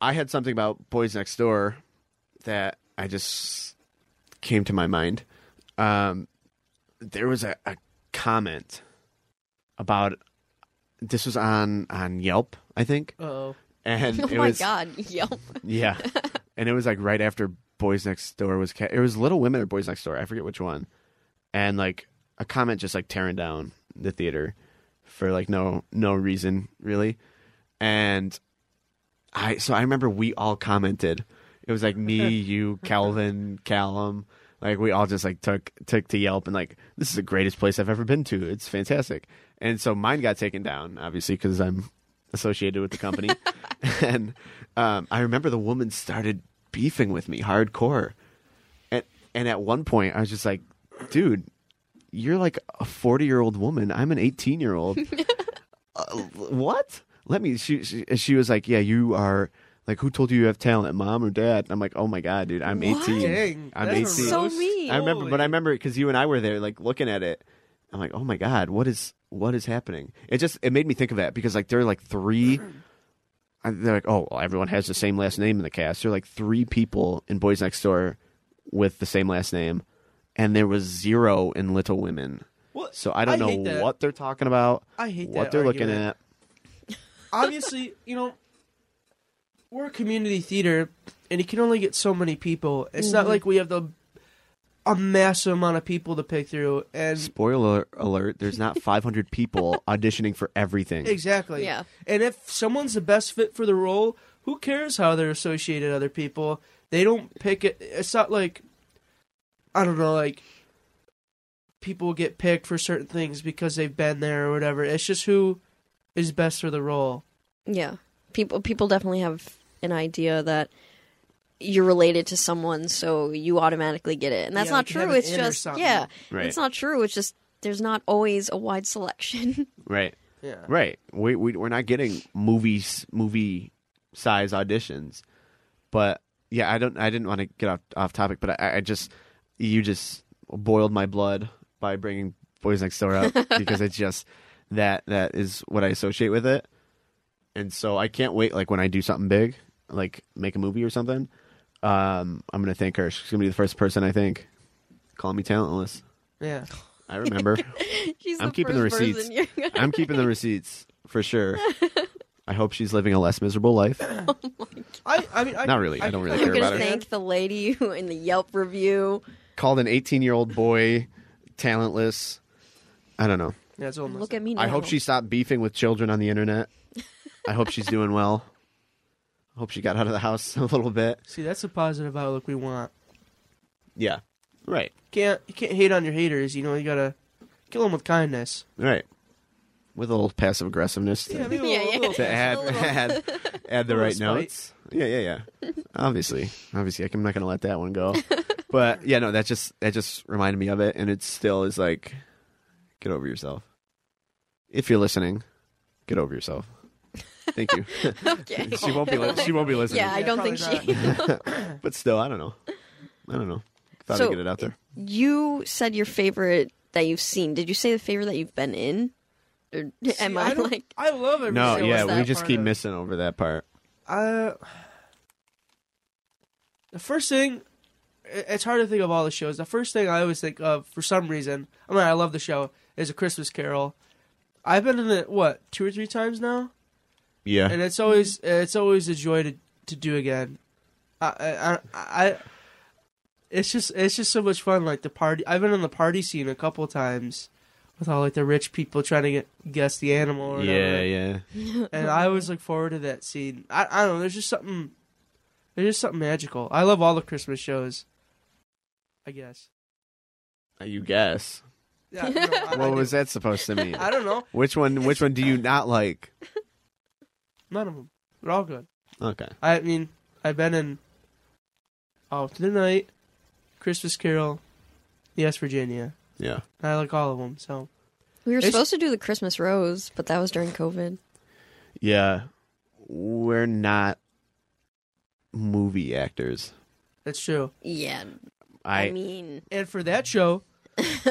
[SPEAKER 2] I had something about Boys Next Door that I just came to my mind. Um, there was a, a comment about this was on on Yelp, I think,
[SPEAKER 1] Oh,
[SPEAKER 2] and
[SPEAKER 3] Oh
[SPEAKER 2] it
[SPEAKER 3] my
[SPEAKER 2] was
[SPEAKER 3] god. Yelp.
[SPEAKER 2] yeah, and it was like right after Boys Next Door was ca- it was Little Women or Boys Next Door, I forget which one, and like a comment just like tearing down the theater for like no no reason really, and I so I remember we all commented. It was like me, you, Calvin, Callum. Like we all just like took took to Yelp and like this is the greatest place I've ever been to. It's fantastic. And so mine got taken down obviously because I'm associated with the company. and um, I remember the woman started beefing with me hardcore. And and at one point I was just like, dude, you're like a 40 year old woman. I'm an 18 year old. what? Let me. She, she and she was like, yeah, you are. Like, who told you you have talent, mom or dad? And I'm like, oh my god, dude, I'm 18.
[SPEAKER 1] Dang,
[SPEAKER 2] I'm
[SPEAKER 1] that's
[SPEAKER 2] 18.
[SPEAKER 1] a
[SPEAKER 3] So
[SPEAKER 1] roast.
[SPEAKER 3] mean.
[SPEAKER 2] I remember, but
[SPEAKER 1] Holy.
[SPEAKER 2] I remember because you and I were there, like looking at it. I'm like, oh my god, what is what is happening? It just it made me think of that because like there are like three.
[SPEAKER 1] Mm-hmm.
[SPEAKER 2] I- They're like, oh, well, everyone has the same last name in the cast. There are like three people in Boys Next Door with the same last name, and there was zero in Little Women.
[SPEAKER 1] Well,
[SPEAKER 2] So I don't
[SPEAKER 1] I hate
[SPEAKER 2] know
[SPEAKER 1] that.
[SPEAKER 2] what they're talking about,
[SPEAKER 1] I hate
[SPEAKER 2] what
[SPEAKER 1] that
[SPEAKER 2] they're looking
[SPEAKER 1] argument.
[SPEAKER 2] at.
[SPEAKER 1] obviously, you know, we're a community theater, and you can only get so many people. It's
[SPEAKER 3] Mm-hmm.
[SPEAKER 1] not like we have the a massive amount of people to pick through, and
[SPEAKER 2] Spoiler alert: There's not 500 people auditioning for everything.
[SPEAKER 1] exactly,
[SPEAKER 3] Yeah.
[SPEAKER 1] And if someone's the best fit for the role, who cares how they're associated with other people? They don't pick it. It's not like I don't know, like people get picked for certain things because they've been there or whatever. It's just who is best for the role.
[SPEAKER 3] Yeah. People people definitely have an idea that you're related to someone so you automatically get it. And that's
[SPEAKER 1] Yeah,
[SPEAKER 3] not
[SPEAKER 1] like you have
[SPEAKER 3] true.
[SPEAKER 1] an
[SPEAKER 3] It's
[SPEAKER 1] in or
[SPEAKER 3] just
[SPEAKER 1] something.
[SPEAKER 3] yeah.
[SPEAKER 2] Right.
[SPEAKER 3] It's not true. It's just there's not always a wide selection.
[SPEAKER 2] Right.
[SPEAKER 1] Yeah.
[SPEAKER 2] Right. We, we we're not getting movies movie size auditions, but yeah, I don't. I didn't want to get off off topic, but I, I just you just boiled my blood by bringing Boys Next Door up because it's just that that is what I associate with it, and so I can't wait. Like when I do something big, like make a movie or something, um, I'm gonna thank her. She's gonna be the first person I think. Call me talentless.
[SPEAKER 1] Yeah.
[SPEAKER 2] I remember.
[SPEAKER 3] She's
[SPEAKER 2] I'm
[SPEAKER 3] the
[SPEAKER 2] keeping the
[SPEAKER 3] first
[SPEAKER 2] receipts.
[SPEAKER 3] person you're gonna-
[SPEAKER 2] I'm keeping the receipts for sure. I hope she's living a less miserable life.
[SPEAKER 1] I, I mean, I,
[SPEAKER 2] Not really. I don't really
[SPEAKER 1] can
[SPEAKER 3] You're
[SPEAKER 2] care about
[SPEAKER 3] gonna
[SPEAKER 2] her.
[SPEAKER 1] understand.
[SPEAKER 3] thank the lady who in the Yelp review.
[SPEAKER 2] Called an 18 year old boy talentless. I don't know.
[SPEAKER 1] Yeah, it's almost.
[SPEAKER 3] Look at me now.
[SPEAKER 2] I hope she stopped beefing with children on the internet. I hope she's doing well. I hope she got out of the house a little bit.
[SPEAKER 1] See, that's the positive outlook we want.
[SPEAKER 2] Yeah. Right.
[SPEAKER 1] Can't you can't hate on your haters? You know, you gotta kill them with kindness.
[SPEAKER 2] Right. With a little passive aggressiveness to,
[SPEAKER 1] maybe
[SPEAKER 3] Yeah, yeah.
[SPEAKER 2] to add, add add the
[SPEAKER 1] little
[SPEAKER 2] right
[SPEAKER 1] spite.
[SPEAKER 2] notes. Yeah, yeah, yeah. obviously, obviously, I'm not gonna let that one go. But yeah, no, that just that just reminded me of it, and it still is like, get over yourself. If you're listening, get over yourself. Thank you.
[SPEAKER 3] Okay.
[SPEAKER 2] she won't be. Li- she won't be listening.
[SPEAKER 3] Yeah, I
[SPEAKER 1] Yeah,
[SPEAKER 3] don't think
[SPEAKER 1] probably
[SPEAKER 3] she.
[SPEAKER 2] But still, I don't know. I don't know. Thought
[SPEAKER 3] So-
[SPEAKER 2] I'd get it out there.
[SPEAKER 3] You said your favorite that you've seen. Did you say the favorite that you've been in? Or am
[SPEAKER 1] See,
[SPEAKER 3] I,
[SPEAKER 1] don't-
[SPEAKER 3] like?
[SPEAKER 1] I love every
[SPEAKER 2] No,
[SPEAKER 1] single
[SPEAKER 2] yeah,
[SPEAKER 3] was
[SPEAKER 2] we
[SPEAKER 3] that
[SPEAKER 2] just
[SPEAKER 1] part
[SPEAKER 2] keep
[SPEAKER 1] of-
[SPEAKER 2] missing over that part.
[SPEAKER 1] Uh, the first thing, i- it's hard to think of all the shows. The first thing I always think of, for some reason, I mean, I love the show, is A Christmas Carol. I've been in it what two or three times now,
[SPEAKER 2] Yeah,
[SPEAKER 1] and it's always it's always a joy to to do again. I I, I I- it's just it's just so much fun. Like the party, I've been in the party scene a couple times with all like the rich people trying to get guess the animal. Or whatever.
[SPEAKER 2] yeah, yeah.
[SPEAKER 1] And
[SPEAKER 3] Mm-hmm.
[SPEAKER 1] I always look forward to that scene. I I don't know. There's just something. There's just something magical. I love all the Christmas shows. I guess.
[SPEAKER 2] You guess.
[SPEAKER 1] Yeah. no, I, I
[SPEAKER 2] What
[SPEAKER 1] do.
[SPEAKER 2] was that supposed to mean?
[SPEAKER 1] I don't know.
[SPEAKER 2] Which one? Which one do you not like?
[SPEAKER 1] None of them. They're all good.
[SPEAKER 2] Okay.
[SPEAKER 1] I mean, I've been in Oh to the Night, Christmas Carol, Yes Virginia.
[SPEAKER 2] Yeah.
[SPEAKER 1] I like all of them. So
[SPEAKER 3] We were
[SPEAKER 1] It's-
[SPEAKER 3] supposed to do the Christmas rose, but that was during COVID.
[SPEAKER 2] Yeah. We're not movie actors.
[SPEAKER 1] that's true.
[SPEAKER 3] Yeah,
[SPEAKER 2] I,
[SPEAKER 3] mean,
[SPEAKER 1] And for that show,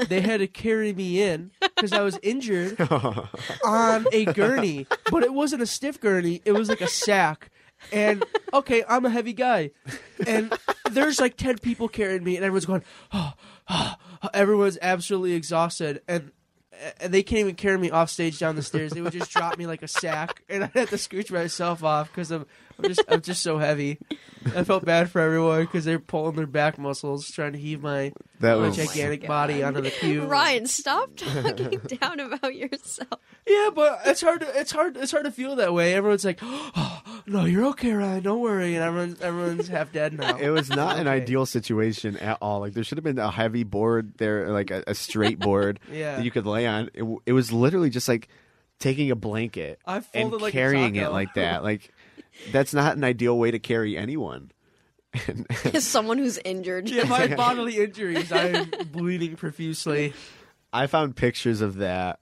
[SPEAKER 1] they had to carry me in because I was injured. on a gurney, but it wasn't a stiff gurney. It was like a sack. And okay, I'm a heavy guy, and there's like ten people carrying me, and everyone's going, oh, oh, oh." everyone's absolutely exhausted, and and they can't even carry me off stage down the stairs. They would just drop me like a sack, and I had to scooch myself off because I'm, I'm just I'm just so heavy. I felt bad for everyone because they're pulling their back muscles trying to heave my,
[SPEAKER 2] that
[SPEAKER 1] my
[SPEAKER 2] was
[SPEAKER 1] gigantic body onto the pew.
[SPEAKER 3] oh Ryan, stop talking down about yourself.
[SPEAKER 1] Yeah, but it's hard. To, it's hard. It's hard to feel that way. Everyone's like, "Oh, no, you're okay, Ryan. Don't worry." And everyone's everyone's half dead now.
[SPEAKER 2] it was not an
[SPEAKER 1] Okay.
[SPEAKER 2] ideal situation at all. Like there should have been a heavy board there, like a, a straight board
[SPEAKER 1] Yeah.
[SPEAKER 2] that you could lay on. It, w- it was literally just like taking a blanket
[SPEAKER 1] I folded
[SPEAKER 2] and
[SPEAKER 1] like a
[SPEAKER 2] carrying it
[SPEAKER 1] taco.
[SPEAKER 2] like that. Like that's not an ideal way to carry anyone. And
[SPEAKER 3] As someone who's injured,
[SPEAKER 1] yeah, my bodily injuries. I'm bleeding profusely.
[SPEAKER 2] I found pictures of that.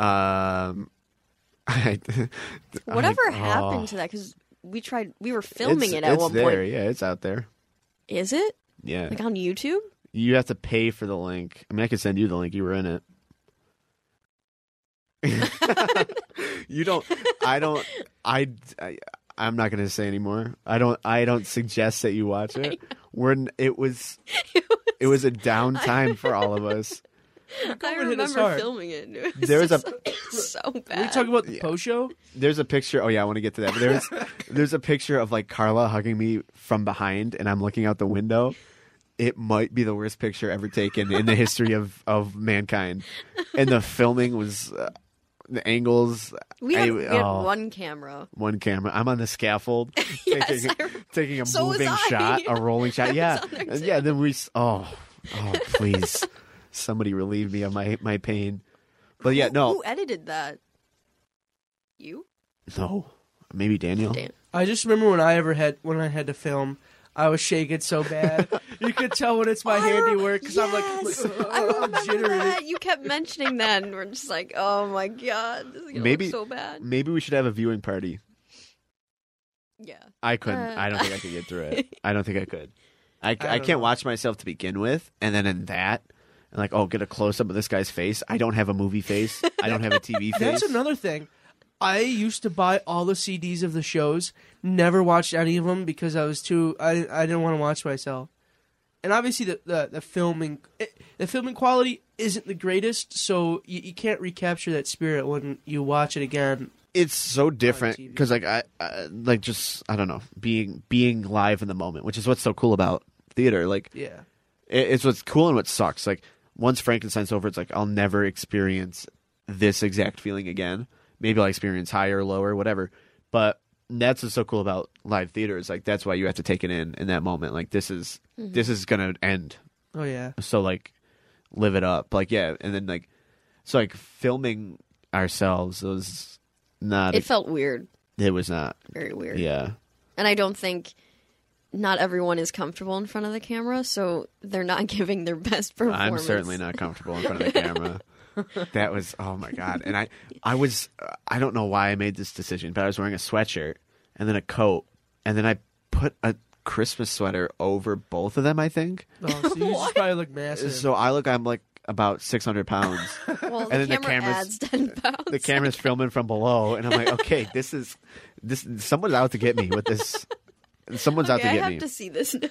[SPEAKER 2] Um, I,
[SPEAKER 3] whatever
[SPEAKER 2] I-
[SPEAKER 3] happened
[SPEAKER 2] oh.
[SPEAKER 3] to that? Because we tried, we were filming
[SPEAKER 2] it's,
[SPEAKER 3] it at
[SPEAKER 2] it's
[SPEAKER 3] one
[SPEAKER 2] there.
[SPEAKER 3] point.
[SPEAKER 2] Yeah, it's out there.
[SPEAKER 3] Is it
[SPEAKER 2] Yeah,
[SPEAKER 3] like on YouTube?
[SPEAKER 2] you have to pay for the link. I mean, I could send you the link. You were in it. you don't. I don't. I. I I'm not going to say anymore. I don't. I don't suggest that you watch it. We're. n- It was. it was a down time for all of us.
[SPEAKER 3] I
[SPEAKER 1] COVID hit us
[SPEAKER 3] remember
[SPEAKER 1] hard.
[SPEAKER 3] filming it. It was
[SPEAKER 2] There was a-
[SPEAKER 3] just so
[SPEAKER 1] Are we
[SPEAKER 3] bad.
[SPEAKER 1] talking about the post show?
[SPEAKER 2] There's a picture. Oh yeah, I want to get to that. But there's there's a picture of like Carla hugging me from behind, and I'm looking out the window. It might be the worst picture ever taken in the history of of mankind, and the filming was uh, the angles.
[SPEAKER 3] we had,
[SPEAKER 2] I-
[SPEAKER 3] we had
[SPEAKER 2] oh,
[SPEAKER 3] one camera.
[SPEAKER 2] one camera. I'm on the scaffold,
[SPEAKER 3] Yes,
[SPEAKER 2] taking,
[SPEAKER 3] I remember.
[SPEAKER 2] taking a
[SPEAKER 3] So was
[SPEAKER 2] moving
[SPEAKER 3] I.
[SPEAKER 2] shot, a rolling shot.
[SPEAKER 3] I was
[SPEAKER 2] Yeah,
[SPEAKER 3] on there
[SPEAKER 2] And
[SPEAKER 3] too.
[SPEAKER 2] yeah. Then we. s- Oh, oh, please, somebody relieve me of my my pain. But yeah,
[SPEAKER 3] Who
[SPEAKER 2] no,
[SPEAKER 3] edited that? You?
[SPEAKER 2] no. Maybe Daniel.
[SPEAKER 3] Dan.
[SPEAKER 1] I just remember when I ever had when I had to film, I was shaking so bad. you could tell when it's my
[SPEAKER 3] Oh, I remember-
[SPEAKER 1] handiwork because I'm
[SPEAKER 3] Yes!
[SPEAKER 1] like,
[SPEAKER 2] uh,
[SPEAKER 3] I remember
[SPEAKER 1] I'm jittering.
[SPEAKER 3] that. You kept mentioning that, and we're just like, oh my god, this is gonna
[SPEAKER 2] Maybe-
[SPEAKER 3] look so bad.
[SPEAKER 2] Maybe we should have a viewing party.
[SPEAKER 3] Yeah.
[SPEAKER 2] I couldn't.
[SPEAKER 3] Uh,
[SPEAKER 2] I don't think I could get through it. I don't think I could. I, I,
[SPEAKER 1] don't
[SPEAKER 2] can't
[SPEAKER 1] know.
[SPEAKER 2] watch myself to begin with, and then in that, and like, oh, get a close up of this guy's face. I don't have a movie face. I don't have a TV face.
[SPEAKER 1] That's another thing. I used to buy all the CDs of the shows, never watched any of them because I was too I I didn't want to watch myself. And obviously the the, the filming it, the filming quality isn't the greatest, so you, you can't recapture that spirit when you watch it again.
[SPEAKER 2] it's so different
[SPEAKER 1] TV.
[SPEAKER 2] because like I, I like just I don't know being being live in the moment, which is what's so cool about theater. Like
[SPEAKER 1] Yeah.
[SPEAKER 2] it, it's what's cool and what sucks. Like once Frankenstein's over, it's like I'll never experience this exact feeling again. Maybe I'll experience higher, lower, whatever. But that's what's so cool about live theater is like that's why you have to take it in in that moment. Like this is
[SPEAKER 3] Mm-hmm.
[SPEAKER 2] this is gonna end.
[SPEAKER 1] Oh yeah.
[SPEAKER 2] So like live it up. Like yeah, and then like so like filming ourselves was not
[SPEAKER 3] It felt weird.
[SPEAKER 2] it was not
[SPEAKER 3] Very weird.
[SPEAKER 2] yeah.
[SPEAKER 3] And I don't think not everyone is comfortable in front of the camera, so they're not giving their best performance.
[SPEAKER 2] I'm certainly not comfortable in front of the camera. that was oh my god, and I I was I don't know why I made this decision, but I was wearing a sweatshirt and then a coat, and then I put a Christmas sweater over both of them. I think
[SPEAKER 1] Oh, so you just probably look massive.
[SPEAKER 2] so. I look I'm like about 600 pounds.
[SPEAKER 3] Well, the
[SPEAKER 2] And then the
[SPEAKER 3] camera
[SPEAKER 2] camera's-
[SPEAKER 3] adds ten pounds.
[SPEAKER 2] the camera's filming from below, and I'm like, okay, this is this. Someone's out to get me with this. Someone's out
[SPEAKER 3] Okay,
[SPEAKER 2] to
[SPEAKER 3] I
[SPEAKER 2] get
[SPEAKER 3] have
[SPEAKER 2] me.
[SPEAKER 3] to see this now.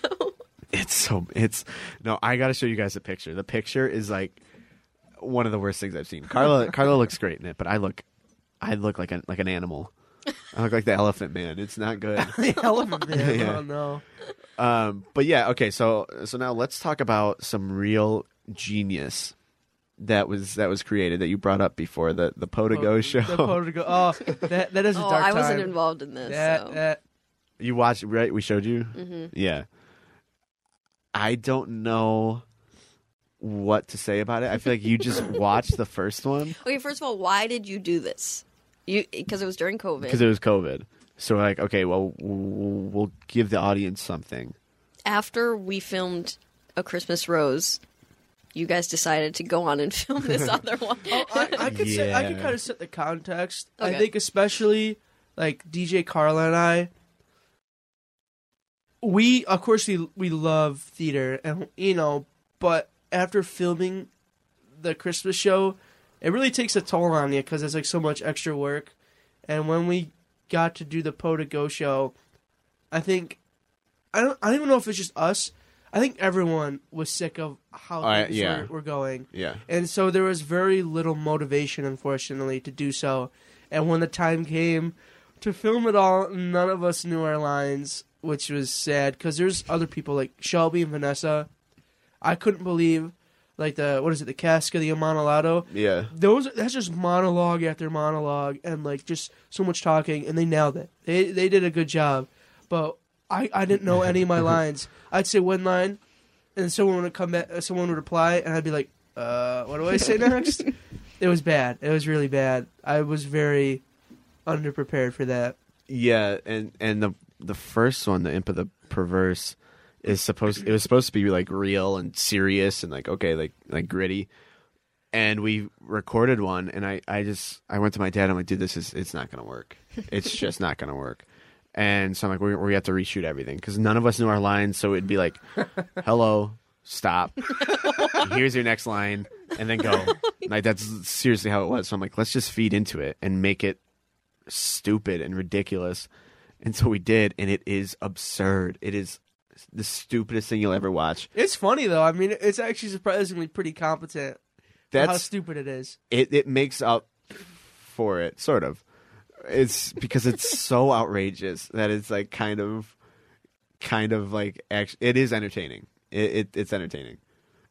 [SPEAKER 2] It's so it's no, I gotta show you guys the picture. The picture is like one of the worst things I've seen. Carla Carla looks great in it, but I look I look like an like an animal. I look like the elephant man. It's not good.
[SPEAKER 1] the elephant man.
[SPEAKER 2] Yeah.
[SPEAKER 1] Oh no.
[SPEAKER 2] Um but yeah, okay, so so now let's talk about some real genius that was that was created that you brought up before the the Podago show.
[SPEAKER 1] Oh, The Potago- Oh, that that is a
[SPEAKER 3] oh,
[SPEAKER 1] dark
[SPEAKER 3] I wasn't
[SPEAKER 1] time.
[SPEAKER 3] involved in this.
[SPEAKER 1] That,
[SPEAKER 3] so.
[SPEAKER 1] that
[SPEAKER 2] You watched right? We showed you. Mm-hmm. Yeah. I don't know what to say about it. I feel like you just watched the first one
[SPEAKER 3] Okay, first of all, why did you do this? You because it was during COVID.
[SPEAKER 2] because it was COVID. So we're like, okay, well, w- w- we'll give the audience something.
[SPEAKER 3] after we filmed a Christmas Rose, you guys decided to go on and film this other one.
[SPEAKER 1] I, Oh, I could set, I could
[SPEAKER 2] Yeah.
[SPEAKER 1] kind of set the context. I
[SPEAKER 3] Okay.
[SPEAKER 1] think especially like DJ Carla and I. We of course we we love theater and you know, but after filming the Christmas show, it really takes a toll on you because it's like so much extra work. And when we got to do the Po to Go show, I think I don't I don't even know if it's just us. I think everyone was sick of how
[SPEAKER 2] I-
[SPEAKER 1] things
[SPEAKER 2] yeah.
[SPEAKER 1] were, were going.
[SPEAKER 2] Yeah.
[SPEAKER 1] And so there was very little motivation, unfortunately, to do so. And when the time came to film it all, none of us knew our lines, which was sad because there's other people like Shelby and Vanessa. I couldn't believe, like the what is it, the cask of the Amontillado.
[SPEAKER 2] Yeah.
[SPEAKER 1] Those that's just monologue after monologue and like just so much talking, and they nailed it. They they did a good job, but I I didn't know any of my lines. I'd say one line, and someone would come back, someone would reply, and I'd be like, uh, what do I say next? it was bad. It was really bad. I was very underprepared for that.
[SPEAKER 2] Yeah, and and the the first one, the imp of the perverse, is supposed it was supposed to be like real and serious and like okay, like like gritty. And we recorded one, and I I just I went to my dad. I'm like, dude, this is it's not gonna work. It's just not gonna work. And so I'm like, we we have to reshoot everything because none of us knew our lines. So it'd be like, hello, stop. Here's your next line, and then go. Like that's seriously how it was. So I'm like, let's just feed into it and make it stupid and ridiculous. And so we did, and it is absurd. It is the stupidest thing you'll ever watch.
[SPEAKER 1] It's funny though. I mean, it's actually surprisingly pretty competent. for how
[SPEAKER 2] That's
[SPEAKER 1] stupid it is.
[SPEAKER 2] it, it makes up for it, sort of. It's because it's so outrageous that it's like kind of, kind of like act- it is entertaining. It, it it's entertaining,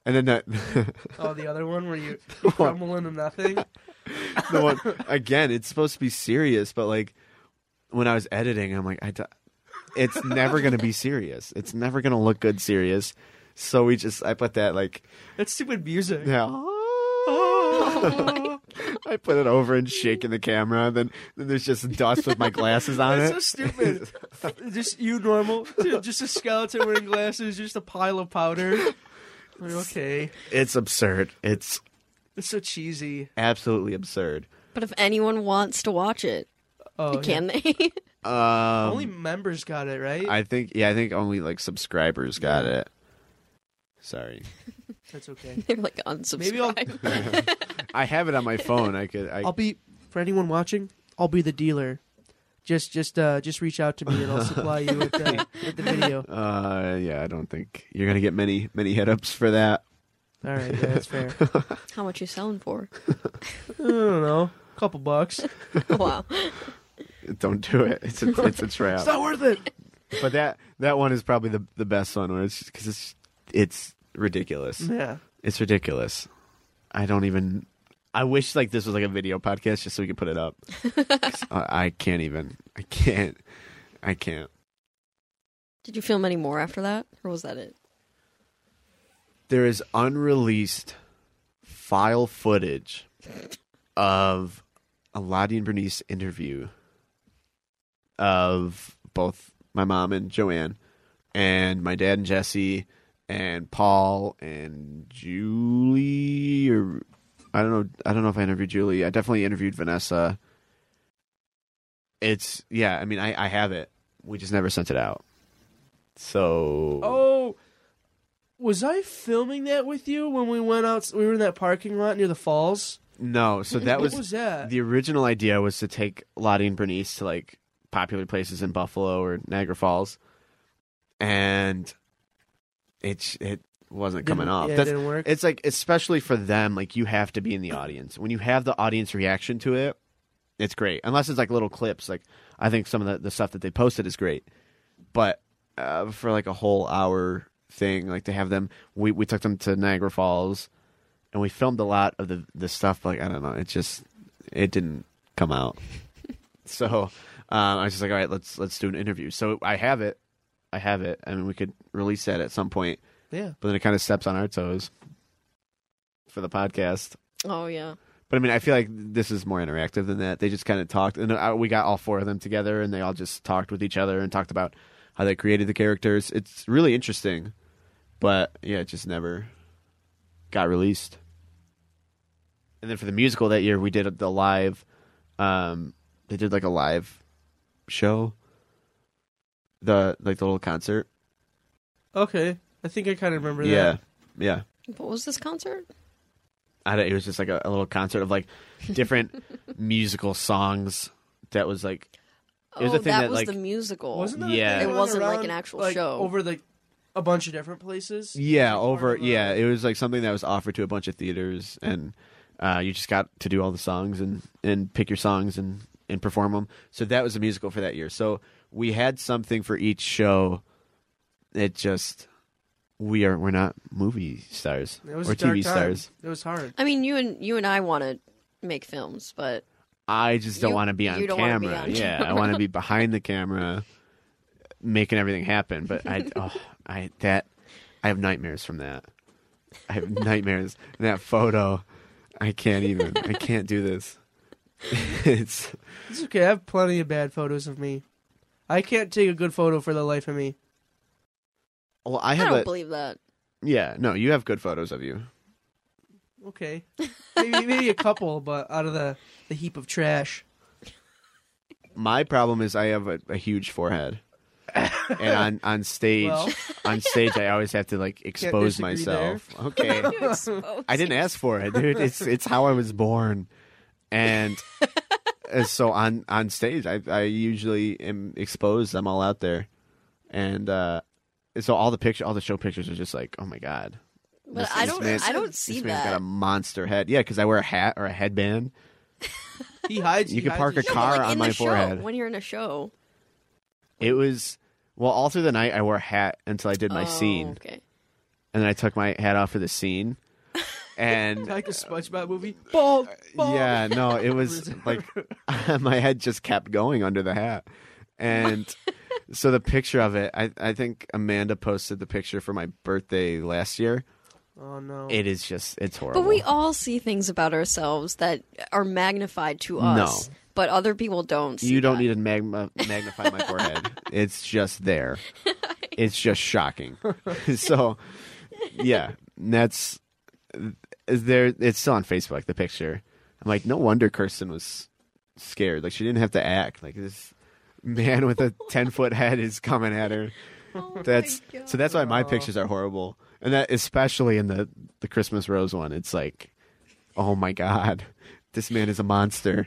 [SPEAKER 2] and then that
[SPEAKER 1] Oh, the other one where you you crumble into nothing.
[SPEAKER 2] the one again. It's supposed to be serious, but like when I was editing, I'm like, I d- it's never gonna be serious. It's never gonna look good serious. So we just I put that like
[SPEAKER 1] That's stupid music.
[SPEAKER 2] Yeah. "Ah." I put it over and shaking the camera. Then, then there's just dust with my glasses on
[SPEAKER 1] That's
[SPEAKER 2] it.
[SPEAKER 1] so stupid. just you normal, dude, just a skeleton wearing glasses, just a pile of powder. Like, okay,
[SPEAKER 2] It's absurd. It's
[SPEAKER 1] it's so cheesy.
[SPEAKER 2] absolutely absurd.
[SPEAKER 3] But if anyone wants to watch it,
[SPEAKER 1] Oh, yeah.
[SPEAKER 3] can they?
[SPEAKER 2] Um,
[SPEAKER 1] only members got it right.
[SPEAKER 2] I think yeah, I think only like subscribers got it. Sorry,
[SPEAKER 1] That's okay.
[SPEAKER 3] They're like unsubscribed.
[SPEAKER 1] Maybe I'll
[SPEAKER 2] I have it on my phone. I could. I,
[SPEAKER 1] I'll be for anyone watching. I'll be the dealer. Just, just, uh, just reach out to me and I'll supply you with the, with the video.
[SPEAKER 2] uh, yeah, I don't think you're gonna get many many hit ups for that.
[SPEAKER 1] All right, yeah, that's fair.
[SPEAKER 3] How much you selling for?
[SPEAKER 1] I don't know, couple bucks.
[SPEAKER 3] wow.
[SPEAKER 2] Don't do it. It's a, it's a trap.
[SPEAKER 1] It's not worth it.
[SPEAKER 2] But that that one is probably the the best one where it's because it's it's ridiculous.
[SPEAKER 1] Yeah,
[SPEAKER 2] It's ridiculous. I don't even. I wish like this was like a video podcast just so we could put it up. 'Cause I, I can't even. I can't. I can't.
[SPEAKER 3] Did you film any more after that, or was that it?
[SPEAKER 2] There is unreleased file footage of a Lottie and Bernice interview of both my mom and Joanne, and my dad and Jesse, and Paul and Julie. Or I don't know. I don't know if I interviewed Julie. I definitely interviewed Vanessa. It's yeah. I mean, I I have it. We just never sent it out. So
[SPEAKER 1] Oh, was I filming that with you when we went out? We were in that parking lot near the falls.
[SPEAKER 2] no. So that
[SPEAKER 1] what
[SPEAKER 2] was
[SPEAKER 1] was that?
[SPEAKER 2] The original idea was to take Lottie and Bernice to like popular places in Buffalo or Niagara Falls, and it sh- it wasn't coming
[SPEAKER 1] Didn't-
[SPEAKER 2] off.
[SPEAKER 1] yeah, it
[SPEAKER 2] That's-
[SPEAKER 1] didn't work.
[SPEAKER 2] It's like especially for them, like you have to be in the audience. When you have the audience reaction to it, it's great. Unless it's like little clips. Like I think some of the, the stuff that they posted is great, but uh, for like a whole hour thing, like to have them, we we took them to Niagara Falls, and we filmed a lot of the the stuff. But like I don't know, it just it didn't come out. so um, I was just like, all right, let's let's do an interview. So I have it, I have it. I mean, we could release that at some point,
[SPEAKER 1] yeah.
[SPEAKER 2] but then it kind of steps on our toes for the podcast.
[SPEAKER 3] Oh yeah.
[SPEAKER 2] But I mean, I feel like this is more interactive than that. They just kind of talked, and uh, we got all four of them together, and they all just talked with each other and talked about how they created the characters. It's really interesting, but yeah, it just never got released. And then for the musical that year, we did the live. Um, they did like a live show, the like the little concert.
[SPEAKER 1] Okay. I think I kind of remember
[SPEAKER 2] Yeah,
[SPEAKER 1] that.
[SPEAKER 2] yeah.
[SPEAKER 3] What was this concert?
[SPEAKER 2] I don't, it was just like a, a little concert of like different musical songs that was like It was
[SPEAKER 3] oh,
[SPEAKER 2] a thing
[SPEAKER 3] that,
[SPEAKER 2] that,
[SPEAKER 3] was
[SPEAKER 2] like-
[SPEAKER 3] the musical.
[SPEAKER 1] Wasn't that
[SPEAKER 2] Yeah.
[SPEAKER 3] It wasn't like an actual show.
[SPEAKER 1] over like a bunch of different places.
[SPEAKER 2] yeah
[SPEAKER 1] Like,
[SPEAKER 2] over
[SPEAKER 1] part of a-
[SPEAKER 2] yeah it was like something that was offered to a bunch of theaters and uh, you just got to do all the songs and and pick your songs and and perform them so that was a musical for that year so we had something for each show it just we are we're not movie stars
[SPEAKER 1] It was
[SPEAKER 2] or
[SPEAKER 1] a dark
[SPEAKER 2] tv
[SPEAKER 1] time.
[SPEAKER 2] stars
[SPEAKER 1] It was hard.
[SPEAKER 3] I mean, you and you and I want to make films, but
[SPEAKER 2] I just don't
[SPEAKER 3] You-
[SPEAKER 2] want to be on
[SPEAKER 3] you don't wanna be
[SPEAKER 2] camera.
[SPEAKER 3] on
[SPEAKER 2] yeah, I want to be behind the camera, making everything happen. But I, oh, I that I have nightmares from that. I have nightmares. And that photo, I can't even. I can't do this. it's
[SPEAKER 1] It's okay. I have plenty of bad photos of me. I can't take a good photo for the life of me.
[SPEAKER 2] well, I
[SPEAKER 3] I,
[SPEAKER 2] have
[SPEAKER 3] don't
[SPEAKER 2] a
[SPEAKER 3] believe that.
[SPEAKER 2] yeah. No, you have good photos of you.
[SPEAKER 1] Okay. maybe, maybe a couple, but out of the, the heap of trash.
[SPEAKER 2] My problem is I have a, a huge forehead, and on on stage,
[SPEAKER 1] Well.
[SPEAKER 2] on stage, I always have to like expose
[SPEAKER 1] disagree
[SPEAKER 2] myself. Okay. I
[SPEAKER 3] I
[SPEAKER 2] didn't ask for it, dude. It's it's how I was born, and uh, so on on stage, I I usually am exposed. I'm all out there, and uh, so all the picture, all the show pictures are just like, oh my god.
[SPEAKER 3] But I don't- I don't see
[SPEAKER 2] this man's
[SPEAKER 3] that.
[SPEAKER 2] got a monster head. Yeah, because I wear a hat or a headband.
[SPEAKER 1] He hides.
[SPEAKER 2] You
[SPEAKER 1] he
[SPEAKER 2] could
[SPEAKER 1] hides
[SPEAKER 2] park
[SPEAKER 1] his-
[SPEAKER 2] a car
[SPEAKER 3] like,
[SPEAKER 2] on
[SPEAKER 3] in
[SPEAKER 2] my
[SPEAKER 3] the show,
[SPEAKER 2] forehead.
[SPEAKER 3] when you're in a show.
[SPEAKER 2] It was well all through the night. I wore a hat until I did my
[SPEAKER 3] Oh,
[SPEAKER 2] scene,
[SPEAKER 3] Okay.
[SPEAKER 2] and then I took my hat off for the scene. And
[SPEAKER 1] like a SpongeBob movie. Bald, bald.
[SPEAKER 2] yeah, no, it was like my head just kept going under the hat, and so the picture of it. I I think Amanda posted the picture for my birthday last year.
[SPEAKER 1] Oh no.
[SPEAKER 2] It is just it's horrible.
[SPEAKER 3] But we all see things about ourselves that are magnified to us,
[SPEAKER 2] No.
[SPEAKER 3] but other people don't. See
[SPEAKER 2] you don't
[SPEAKER 3] that.
[SPEAKER 2] need to magma, magnify my forehead. It's just there. It's just shocking. so, yeah, that's is there. It's still on Facebook. The picture. I'm like, no wonder Kirsten was scared. Like she didn't have to act. Like this man with a ten foot head is coming at her.
[SPEAKER 3] Oh
[SPEAKER 2] That's so. That's why my pictures are horrible, and that especially in the the Christmas rose one. It's like, oh my god, this man is a monster.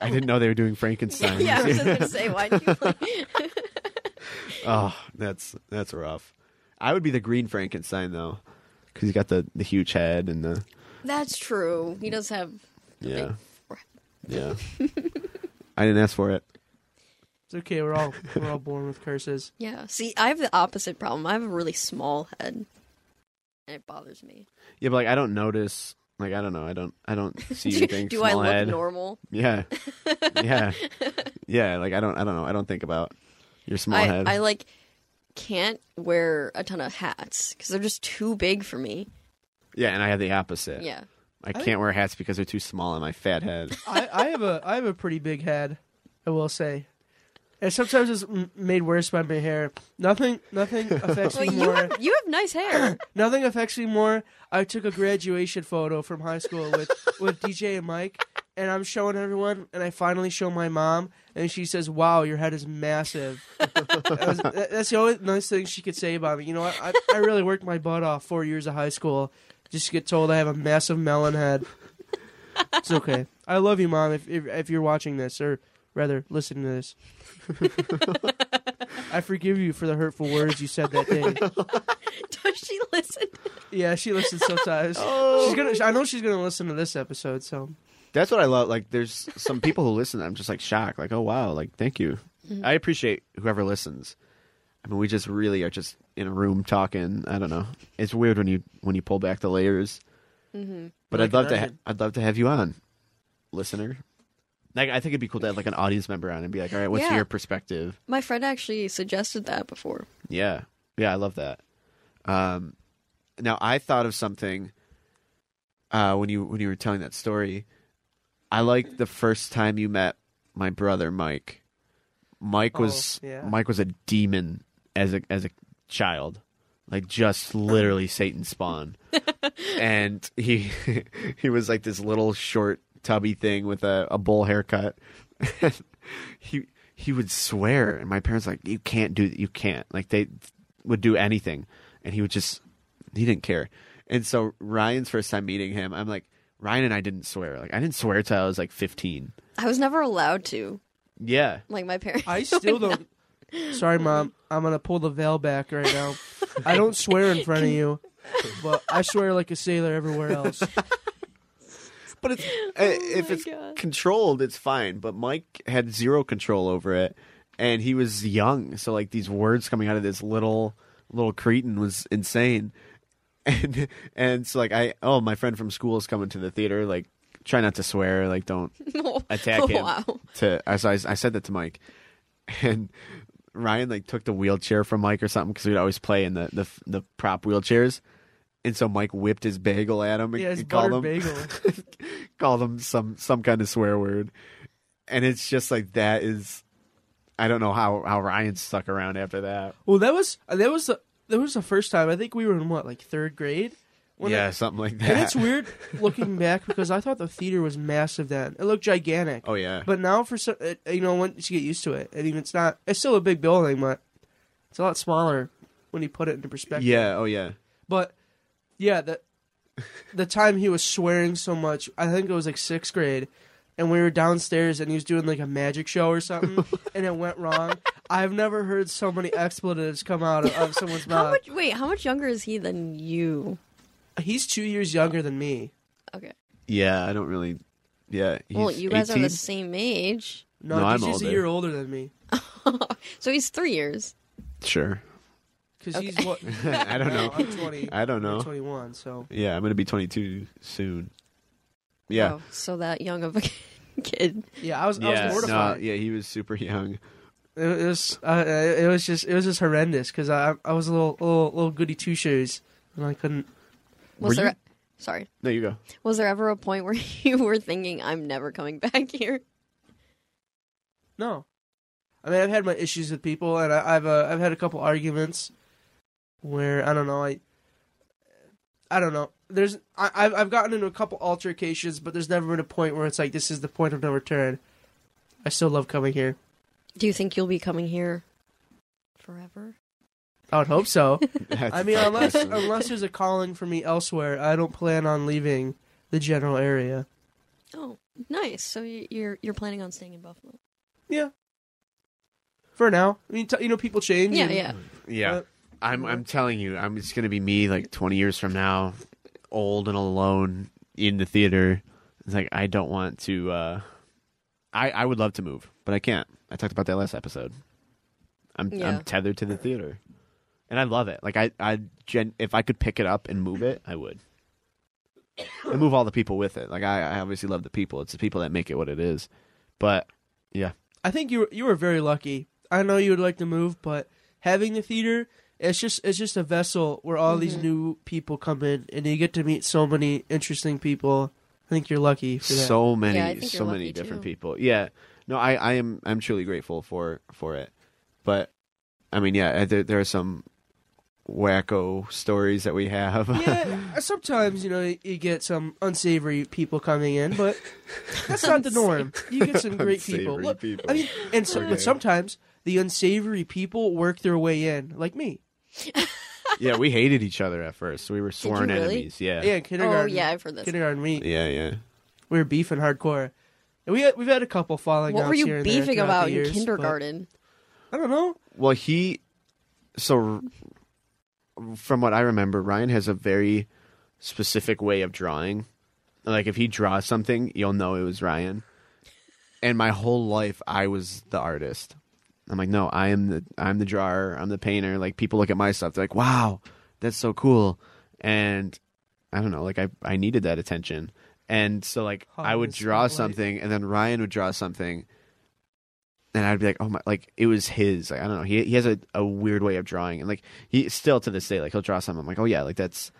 [SPEAKER 2] I didn't know they were doing Frankenstein.
[SPEAKER 3] Yeah, I was just gonna say why. Do you
[SPEAKER 2] Oh, that's that's rough. I would be the green Frankenstein though, because he's got the the huge head and the
[SPEAKER 3] That's true. He does have.
[SPEAKER 2] yeah, yeah. I didn't ask for it.
[SPEAKER 1] It's okay. We're all we're all born with curses.
[SPEAKER 3] Yeah. See, I have the opposite problem. I have a really small head, and it bothers me.
[SPEAKER 2] Yeah, but like I don't notice. Like I don't know. I don't. I don't see
[SPEAKER 3] do
[SPEAKER 2] anything.
[SPEAKER 3] do I
[SPEAKER 2] small
[SPEAKER 3] look
[SPEAKER 2] head.
[SPEAKER 3] normal?
[SPEAKER 2] Yeah, yeah, yeah. Like I don't. I don't know. I don't think about your small
[SPEAKER 3] I,
[SPEAKER 2] head.
[SPEAKER 3] I like can't wear a ton of hats because they're just too big for me.
[SPEAKER 2] yeah, and I have the opposite.
[SPEAKER 3] Yeah.
[SPEAKER 2] I can't wear hats because they're too small on my fat head.
[SPEAKER 1] I, I have a I have a pretty big head. I will say. And sometimes it's m- made worse by my hair. Nothing, nothing affects
[SPEAKER 3] Well,
[SPEAKER 1] me
[SPEAKER 3] you
[SPEAKER 1] more.
[SPEAKER 3] have you have nice hair.
[SPEAKER 1] Nothing affects me more. I took a graduation photo from high school with, with DJ and Mike, and I'm showing everyone, and I finally show my mom, and she says, "Wow, your head is massive." That was- that- that's the only nice thing she could say about me. You know, I, I, I really worked my butt off four years of high school just to get told I have a massive melon head. It's okay. I love you, mom. If if, if you're watching this, or rather, listening to this. I forgive you for the hurtful words you said that day.
[SPEAKER 3] Does she listen?
[SPEAKER 1] Yeah, she listens sometimes. She's gonna. I know she's gonna listen to this episode. So
[SPEAKER 2] That's what I love. Like, there's some people who listen. I'm just like shocked. Like, oh wow. Like, thank you. I appreciate whoever listens. I mean, we just really are just in a room talking. I don't know. It's weird when you when you pull back the layers. But
[SPEAKER 1] Like
[SPEAKER 2] I'd love to. Ha-
[SPEAKER 1] imagine.
[SPEAKER 2] I'd love to have you on, listener. Like, I think it'd be cool to have like an audience member on and be like, all right, what's
[SPEAKER 3] Yeah.
[SPEAKER 2] your perspective?
[SPEAKER 3] My friend actually suggested that before.
[SPEAKER 2] Yeah, yeah, I love that. Um, now I thought of something. Uh, when you when you were telling that story, I liked the first time you met my brother Mike. Mike
[SPEAKER 1] Oh,
[SPEAKER 2] was
[SPEAKER 1] yeah.
[SPEAKER 2] Mike was a demon as a as a child, like just literally Satan spawn, and he he was like this little short tubby thing with a, a bowl haircut. he he would swear, and my parents were like you can't do you can't like they would do anything, and he would just he didn't care. And so Ryan's first time meeting him, I'm like Ryan and I didn't swear. Like I didn't swear till I was like 15.
[SPEAKER 3] I was never allowed to.
[SPEAKER 2] Yeah.
[SPEAKER 3] Like my parents.
[SPEAKER 1] I still don't. Sorry, mom. I'm gonna pull the veil back right now. I don't swear in front of you, but I swear like a sailor everywhere else.
[SPEAKER 2] But it's, eh, if
[SPEAKER 3] Oh my
[SPEAKER 2] it's
[SPEAKER 3] God.
[SPEAKER 2] controlled, it's fine. But Mike had zero control over it, and he was young, so like these words coming out of this little little cretin was insane. And and so like I oh my friend from school is coming to the theater like try not to swear like don't attack him.
[SPEAKER 3] Wow.
[SPEAKER 2] To I, so I I said that to Mike, and Ryan like took the wheelchair from Mike or something because we'd always play in the, the the prop wheelchairs, and so Mike whipped his bagel at him and,
[SPEAKER 1] Yeah, it's
[SPEAKER 2] and called
[SPEAKER 1] butter
[SPEAKER 2] him
[SPEAKER 1] bagel.
[SPEAKER 2] called him some some kind of swear word, and it's just like that is. I don't know how, how Ryan stuck around after that.
[SPEAKER 1] Well, that was that was the that was the first time. I think we were in what like third grade. When I-
[SPEAKER 2] yeah, something like that.
[SPEAKER 1] and it's weird looking back because I thought the theater was massive then. It looked gigantic.
[SPEAKER 2] Oh yeah,
[SPEAKER 1] But now, for so, it, you know, once you get used to it, and even it's not, it's still a big building, but it's a lot smaller when you put it into perspective.
[SPEAKER 2] yeah, oh yeah.
[SPEAKER 1] But yeah, the the time he was swearing so much, I think it was like sixth grade, and we were downstairs and he was doing like a magic show or something and it went wrong. I've never heard so many expletives come out of, of someone's
[SPEAKER 2] Uh,
[SPEAKER 3] How
[SPEAKER 1] mouth.
[SPEAKER 3] much? Wait, how much younger is he than you?
[SPEAKER 1] He's two years younger than me.
[SPEAKER 3] Okay.
[SPEAKER 2] Yeah, I don't really. Yeah, he's
[SPEAKER 3] Well, you guys
[SPEAKER 2] 18?
[SPEAKER 3] are the same age,
[SPEAKER 1] No,
[SPEAKER 2] No,
[SPEAKER 1] he's
[SPEAKER 2] I'm
[SPEAKER 1] just a
[SPEAKER 2] older.
[SPEAKER 1] year older than me.
[SPEAKER 3] so he's three years.
[SPEAKER 2] Sure,
[SPEAKER 1] Because he's what?
[SPEAKER 2] I don't know.
[SPEAKER 1] I'm 20.
[SPEAKER 2] I don't know.
[SPEAKER 1] 21, so.
[SPEAKER 2] Yeah, I'm gonna be 22 soon. Yeah,
[SPEAKER 3] Oh, so that young of a kid.
[SPEAKER 1] Yeah, I was, I
[SPEAKER 2] yeah,
[SPEAKER 1] was
[SPEAKER 2] no,
[SPEAKER 1] mortified.
[SPEAKER 2] yeah. He was super young.
[SPEAKER 1] It was, uh, it was just, it was just horrendous because I, I was a little, little, little goody two shoes, and I couldn't.
[SPEAKER 3] Was
[SPEAKER 2] Were
[SPEAKER 3] there?
[SPEAKER 2] you-
[SPEAKER 3] Sorry.
[SPEAKER 2] No, you go.
[SPEAKER 3] Was there ever a point where you were thinking, "I'm never coming back here"?
[SPEAKER 1] No, I mean I've had my issues with people, and I, I've, uh, I've had a couple arguments where I don't know, I, I don't know. There's, I, I've, I've gotten into a couple altercations, but there's never been a point where it's like this is the point of no return. I still love coming here.
[SPEAKER 3] Do you think you'll be coming here forever?
[SPEAKER 1] I would hope so.
[SPEAKER 2] That's
[SPEAKER 1] I
[SPEAKER 2] a
[SPEAKER 1] mean,
[SPEAKER 2] tough
[SPEAKER 1] unless
[SPEAKER 2] question.
[SPEAKER 1] unless there's a calling for me elsewhere, I don't plan on leaving the general area.
[SPEAKER 3] Oh, nice. So y- you're you're planning on staying in Buffalo?
[SPEAKER 1] Yeah. For now, I mean, t- you know, people change.
[SPEAKER 3] Yeah,
[SPEAKER 1] and-
[SPEAKER 3] yeah.
[SPEAKER 2] yeah,
[SPEAKER 1] Uh,
[SPEAKER 2] I'm. I'm telling you, I'm. It's gonna be me like 20 years from now, old and alone in the theater. It's like I don't want to. uh I I would love to move, but I can't. I talked about that last episode. I'm
[SPEAKER 3] Yeah.
[SPEAKER 2] I'm tethered to the theater, and I love it. Like I I gen- if I could pick it up and move it, I would. And move all the people with it. Like I, I obviously love the people. It's the people that make it what it is. But yeah,
[SPEAKER 1] I think you were, you were very lucky. I know you would like to move, but having the theater, it's just it's just a vessel where all
[SPEAKER 3] Mm-hmm.
[SPEAKER 1] these new people come in, and you get to meet so many interesting people. I think you're lucky for that.
[SPEAKER 2] so many
[SPEAKER 3] Yeah, I think you're
[SPEAKER 2] so many
[SPEAKER 3] lucky,
[SPEAKER 2] different
[SPEAKER 3] too.
[SPEAKER 2] people yeah no i i am i'm truly grateful for for it but i mean yeah uh, there, there are some wacko stories that we have
[SPEAKER 1] yeah, uh, sometimes you know you- you get some unsavory people coming in, but that's not the norm. You get some great people.
[SPEAKER 2] Unsavory
[SPEAKER 1] Look,
[SPEAKER 2] people.
[SPEAKER 1] I mean, and so,
[SPEAKER 2] Okay.
[SPEAKER 1] but sometimes the unsavory people work their way in, like me.
[SPEAKER 2] yeah we hated each other at first we were sworn
[SPEAKER 3] you really?
[SPEAKER 2] enemies yeah
[SPEAKER 1] Yeah, in
[SPEAKER 3] Oh,
[SPEAKER 1] kindergarten.
[SPEAKER 3] yeah. I've heard this.
[SPEAKER 1] kindergarten. We
[SPEAKER 2] yeah yeah
[SPEAKER 1] we were beefing hardcore. And we had, we've had a couple falling
[SPEAKER 3] What
[SPEAKER 1] outs
[SPEAKER 3] were
[SPEAKER 1] here
[SPEAKER 3] you
[SPEAKER 1] and there
[SPEAKER 3] beefing
[SPEAKER 1] throughout
[SPEAKER 3] about
[SPEAKER 1] the
[SPEAKER 3] in
[SPEAKER 1] years, but
[SPEAKER 3] kindergarten?
[SPEAKER 1] I don't know.
[SPEAKER 2] well he so r- from what i remember ryan has a very specific way of drawing like if he draws something you'll know it was ryan and my whole life i was the artist i'm like no i am the i'm the drawer i'm the painter like people look at my stuff they're like wow that's so cool and i don't know like i, I needed that attention and so like
[SPEAKER 1] Huh,
[SPEAKER 2] i would
[SPEAKER 1] that's
[SPEAKER 2] draw
[SPEAKER 1] light.
[SPEAKER 2] something and then ryan would draw something and I'd be like, oh my, like it was his. Like I don't know. He he has a, a weird way of drawing, and like he still to this day, like he'll draw something. I'm like, oh yeah, like that's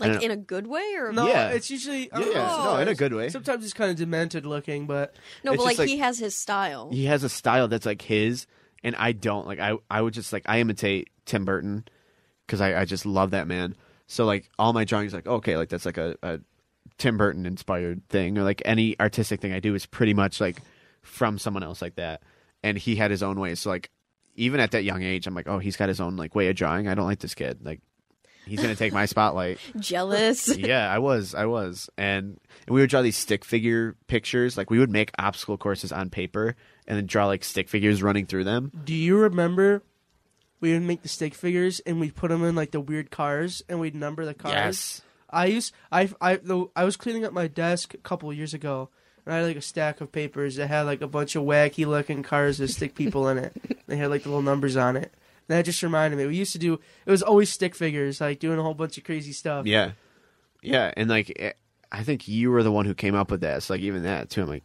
[SPEAKER 2] I
[SPEAKER 3] Like
[SPEAKER 2] don't-
[SPEAKER 3] in a good way or
[SPEAKER 1] No,
[SPEAKER 2] Yeah.
[SPEAKER 1] it's usually I
[SPEAKER 2] yeah,
[SPEAKER 1] don't know,
[SPEAKER 2] no, in a
[SPEAKER 1] sometimes-
[SPEAKER 2] good way.
[SPEAKER 1] Sometimes it's kind of demented looking, but
[SPEAKER 3] no?
[SPEAKER 2] it's
[SPEAKER 3] But like,
[SPEAKER 2] just like-
[SPEAKER 3] he has his style.
[SPEAKER 2] He has a style that's like his, and I don't like. I I would just like I imitate Tim Burton because I I just love that man. So like all my drawings, like okay, like that's like a, a Tim Burton inspired thing, or like any artistic thing I do is pretty much like from someone else like that. And he had his own way. So like even at that young age, I'm like, oh, he's got his own like way of drawing. I don't like this kid. Like he's gonna take my spotlight.
[SPEAKER 3] Jealous.
[SPEAKER 2] yeah, I was, I was, and, and we would draw these stick figure pictures. Like we would make obstacle courses on paper and then draw like stick figures running through them.
[SPEAKER 1] do you remember we would make the stick figures and we'd put them in like the weird cars and we'd number the cars? I used I I the, I was cleaning up my desk a couple years ago, and I had like a stack of papers that had like a bunch of wacky looking cars with stick people in it. They had like the little numbers on it. And that just reminded me. We used to do it was always stick figures, like doing a whole bunch of crazy stuff.
[SPEAKER 2] yeah, yeah, and like it, I think you were the one who came up with that. So like even that too, I'm like,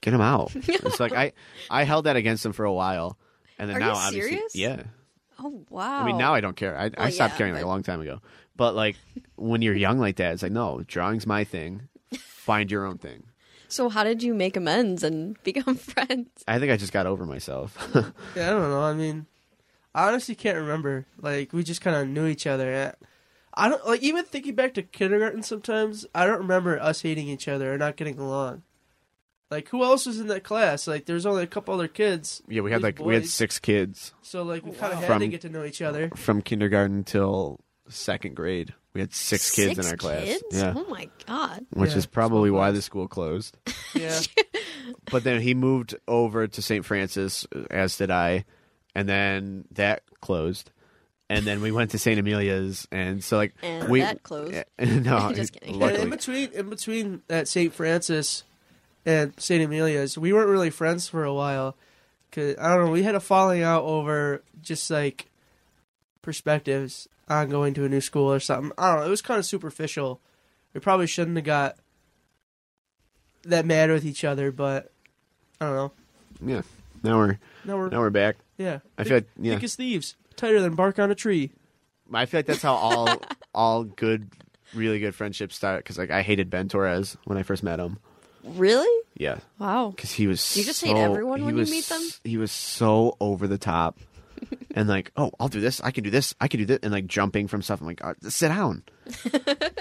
[SPEAKER 2] get him out. it's like I I held that against him for a while, and then
[SPEAKER 3] Are you
[SPEAKER 2] now obviously,
[SPEAKER 3] serious?
[SPEAKER 2] yeah.
[SPEAKER 3] Oh wow.
[SPEAKER 2] I mean, now I don't care. I, I
[SPEAKER 3] Well,
[SPEAKER 2] stopped
[SPEAKER 3] yeah,
[SPEAKER 2] caring like
[SPEAKER 3] but-
[SPEAKER 2] a long time ago. But like when you're young like that, it's like no, drawing's my thing. Find your own thing.
[SPEAKER 3] So how did you make amends and become friends?
[SPEAKER 2] I think I just got over myself.
[SPEAKER 1] Yeah, I don't know. I mean, I honestly can't remember. Like we just kind of knew each other. I I don't like even thinking back to kindergarten. Sometimes I don't remember us hating each other or not getting along. Like who else was in that class? Like there's only a couple other kids.
[SPEAKER 2] Yeah, we had
[SPEAKER 1] These
[SPEAKER 2] like we had
[SPEAKER 1] boys.
[SPEAKER 2] six kids
[SPEAKER 1] So like we kind of had
[SPEAKER 2] Oh, From-
[SPEAKER 1] to get to know each other.
[SPEAKER 2] from kindergarten till second grade. We We had six kids
[SPEAKER 3] Six
[SPEAKER 2] in our class.
[SPEAKER 3] kids?
[SPEAKER 2] Yeah.
[SPEAKER 3] Oh my god.
[SPEAKER 2] Which
[SPEAKER 1] Yeah,
[SPEAKER 2] is probably why the school closed.
[SPEAKER 1] Yeah.
[SPEAKER 2] But then he moved over to St. Francis, as did I, and then that closed. And then we went to St. Amelia's, and so like
[SPEAKER 3] And
[SPEAKER 2] we
[SPEAKER 3] that closed.
[SPEAKER 2] no,
[SPEAKER 3] Just kidding.
[SPEAKER 1] And in
[SPEAKER 2] Luckily,
[SPEAKER 1] between, in between at St. Francis and St. Amelia's, we weren't really friends for a while. 'Cause, I don't know, we had a falling out over just like perspectives on going to a new school or something. I don't know. It was kind of superficial. We probably shouldn't have got that mad with each other, but I don't know.
[SPEAKER 2] yeah. Now we're
[SPEAKER 1] Now we're
[SPEAKER 2] now we're back.
[SPEAKER 1] yeah.
[SPEAKER 2] I feel like- yeah.
[SPEAKER 1] thick as thieves, tighter than bark on a tree.
[SPEAKER 2] I feel like that's how all all good, really good friendships start. Because like I hated Ben Torres when I first met him.
[SPEAKER 3] Really?
[SPEAKER 2] Yeah,
[SPEAKER 3] Wow.
[SPEAKER 2] because he was.
[SPEAKER 3] Do you just
[SPEAKER 2] so,
[SPEAKER 3] hate everyone
[SPEAKER 2] he
[SPEAKER 3] when you
[SPEAKER 2] was
[SPEAKER 3] meet them?
[SPEAKER 2] s- He was so over the top, and like, oh, I'll do this. I can do this. I can do this, and like jumping from stuff. I'm like, "Uh, sit down,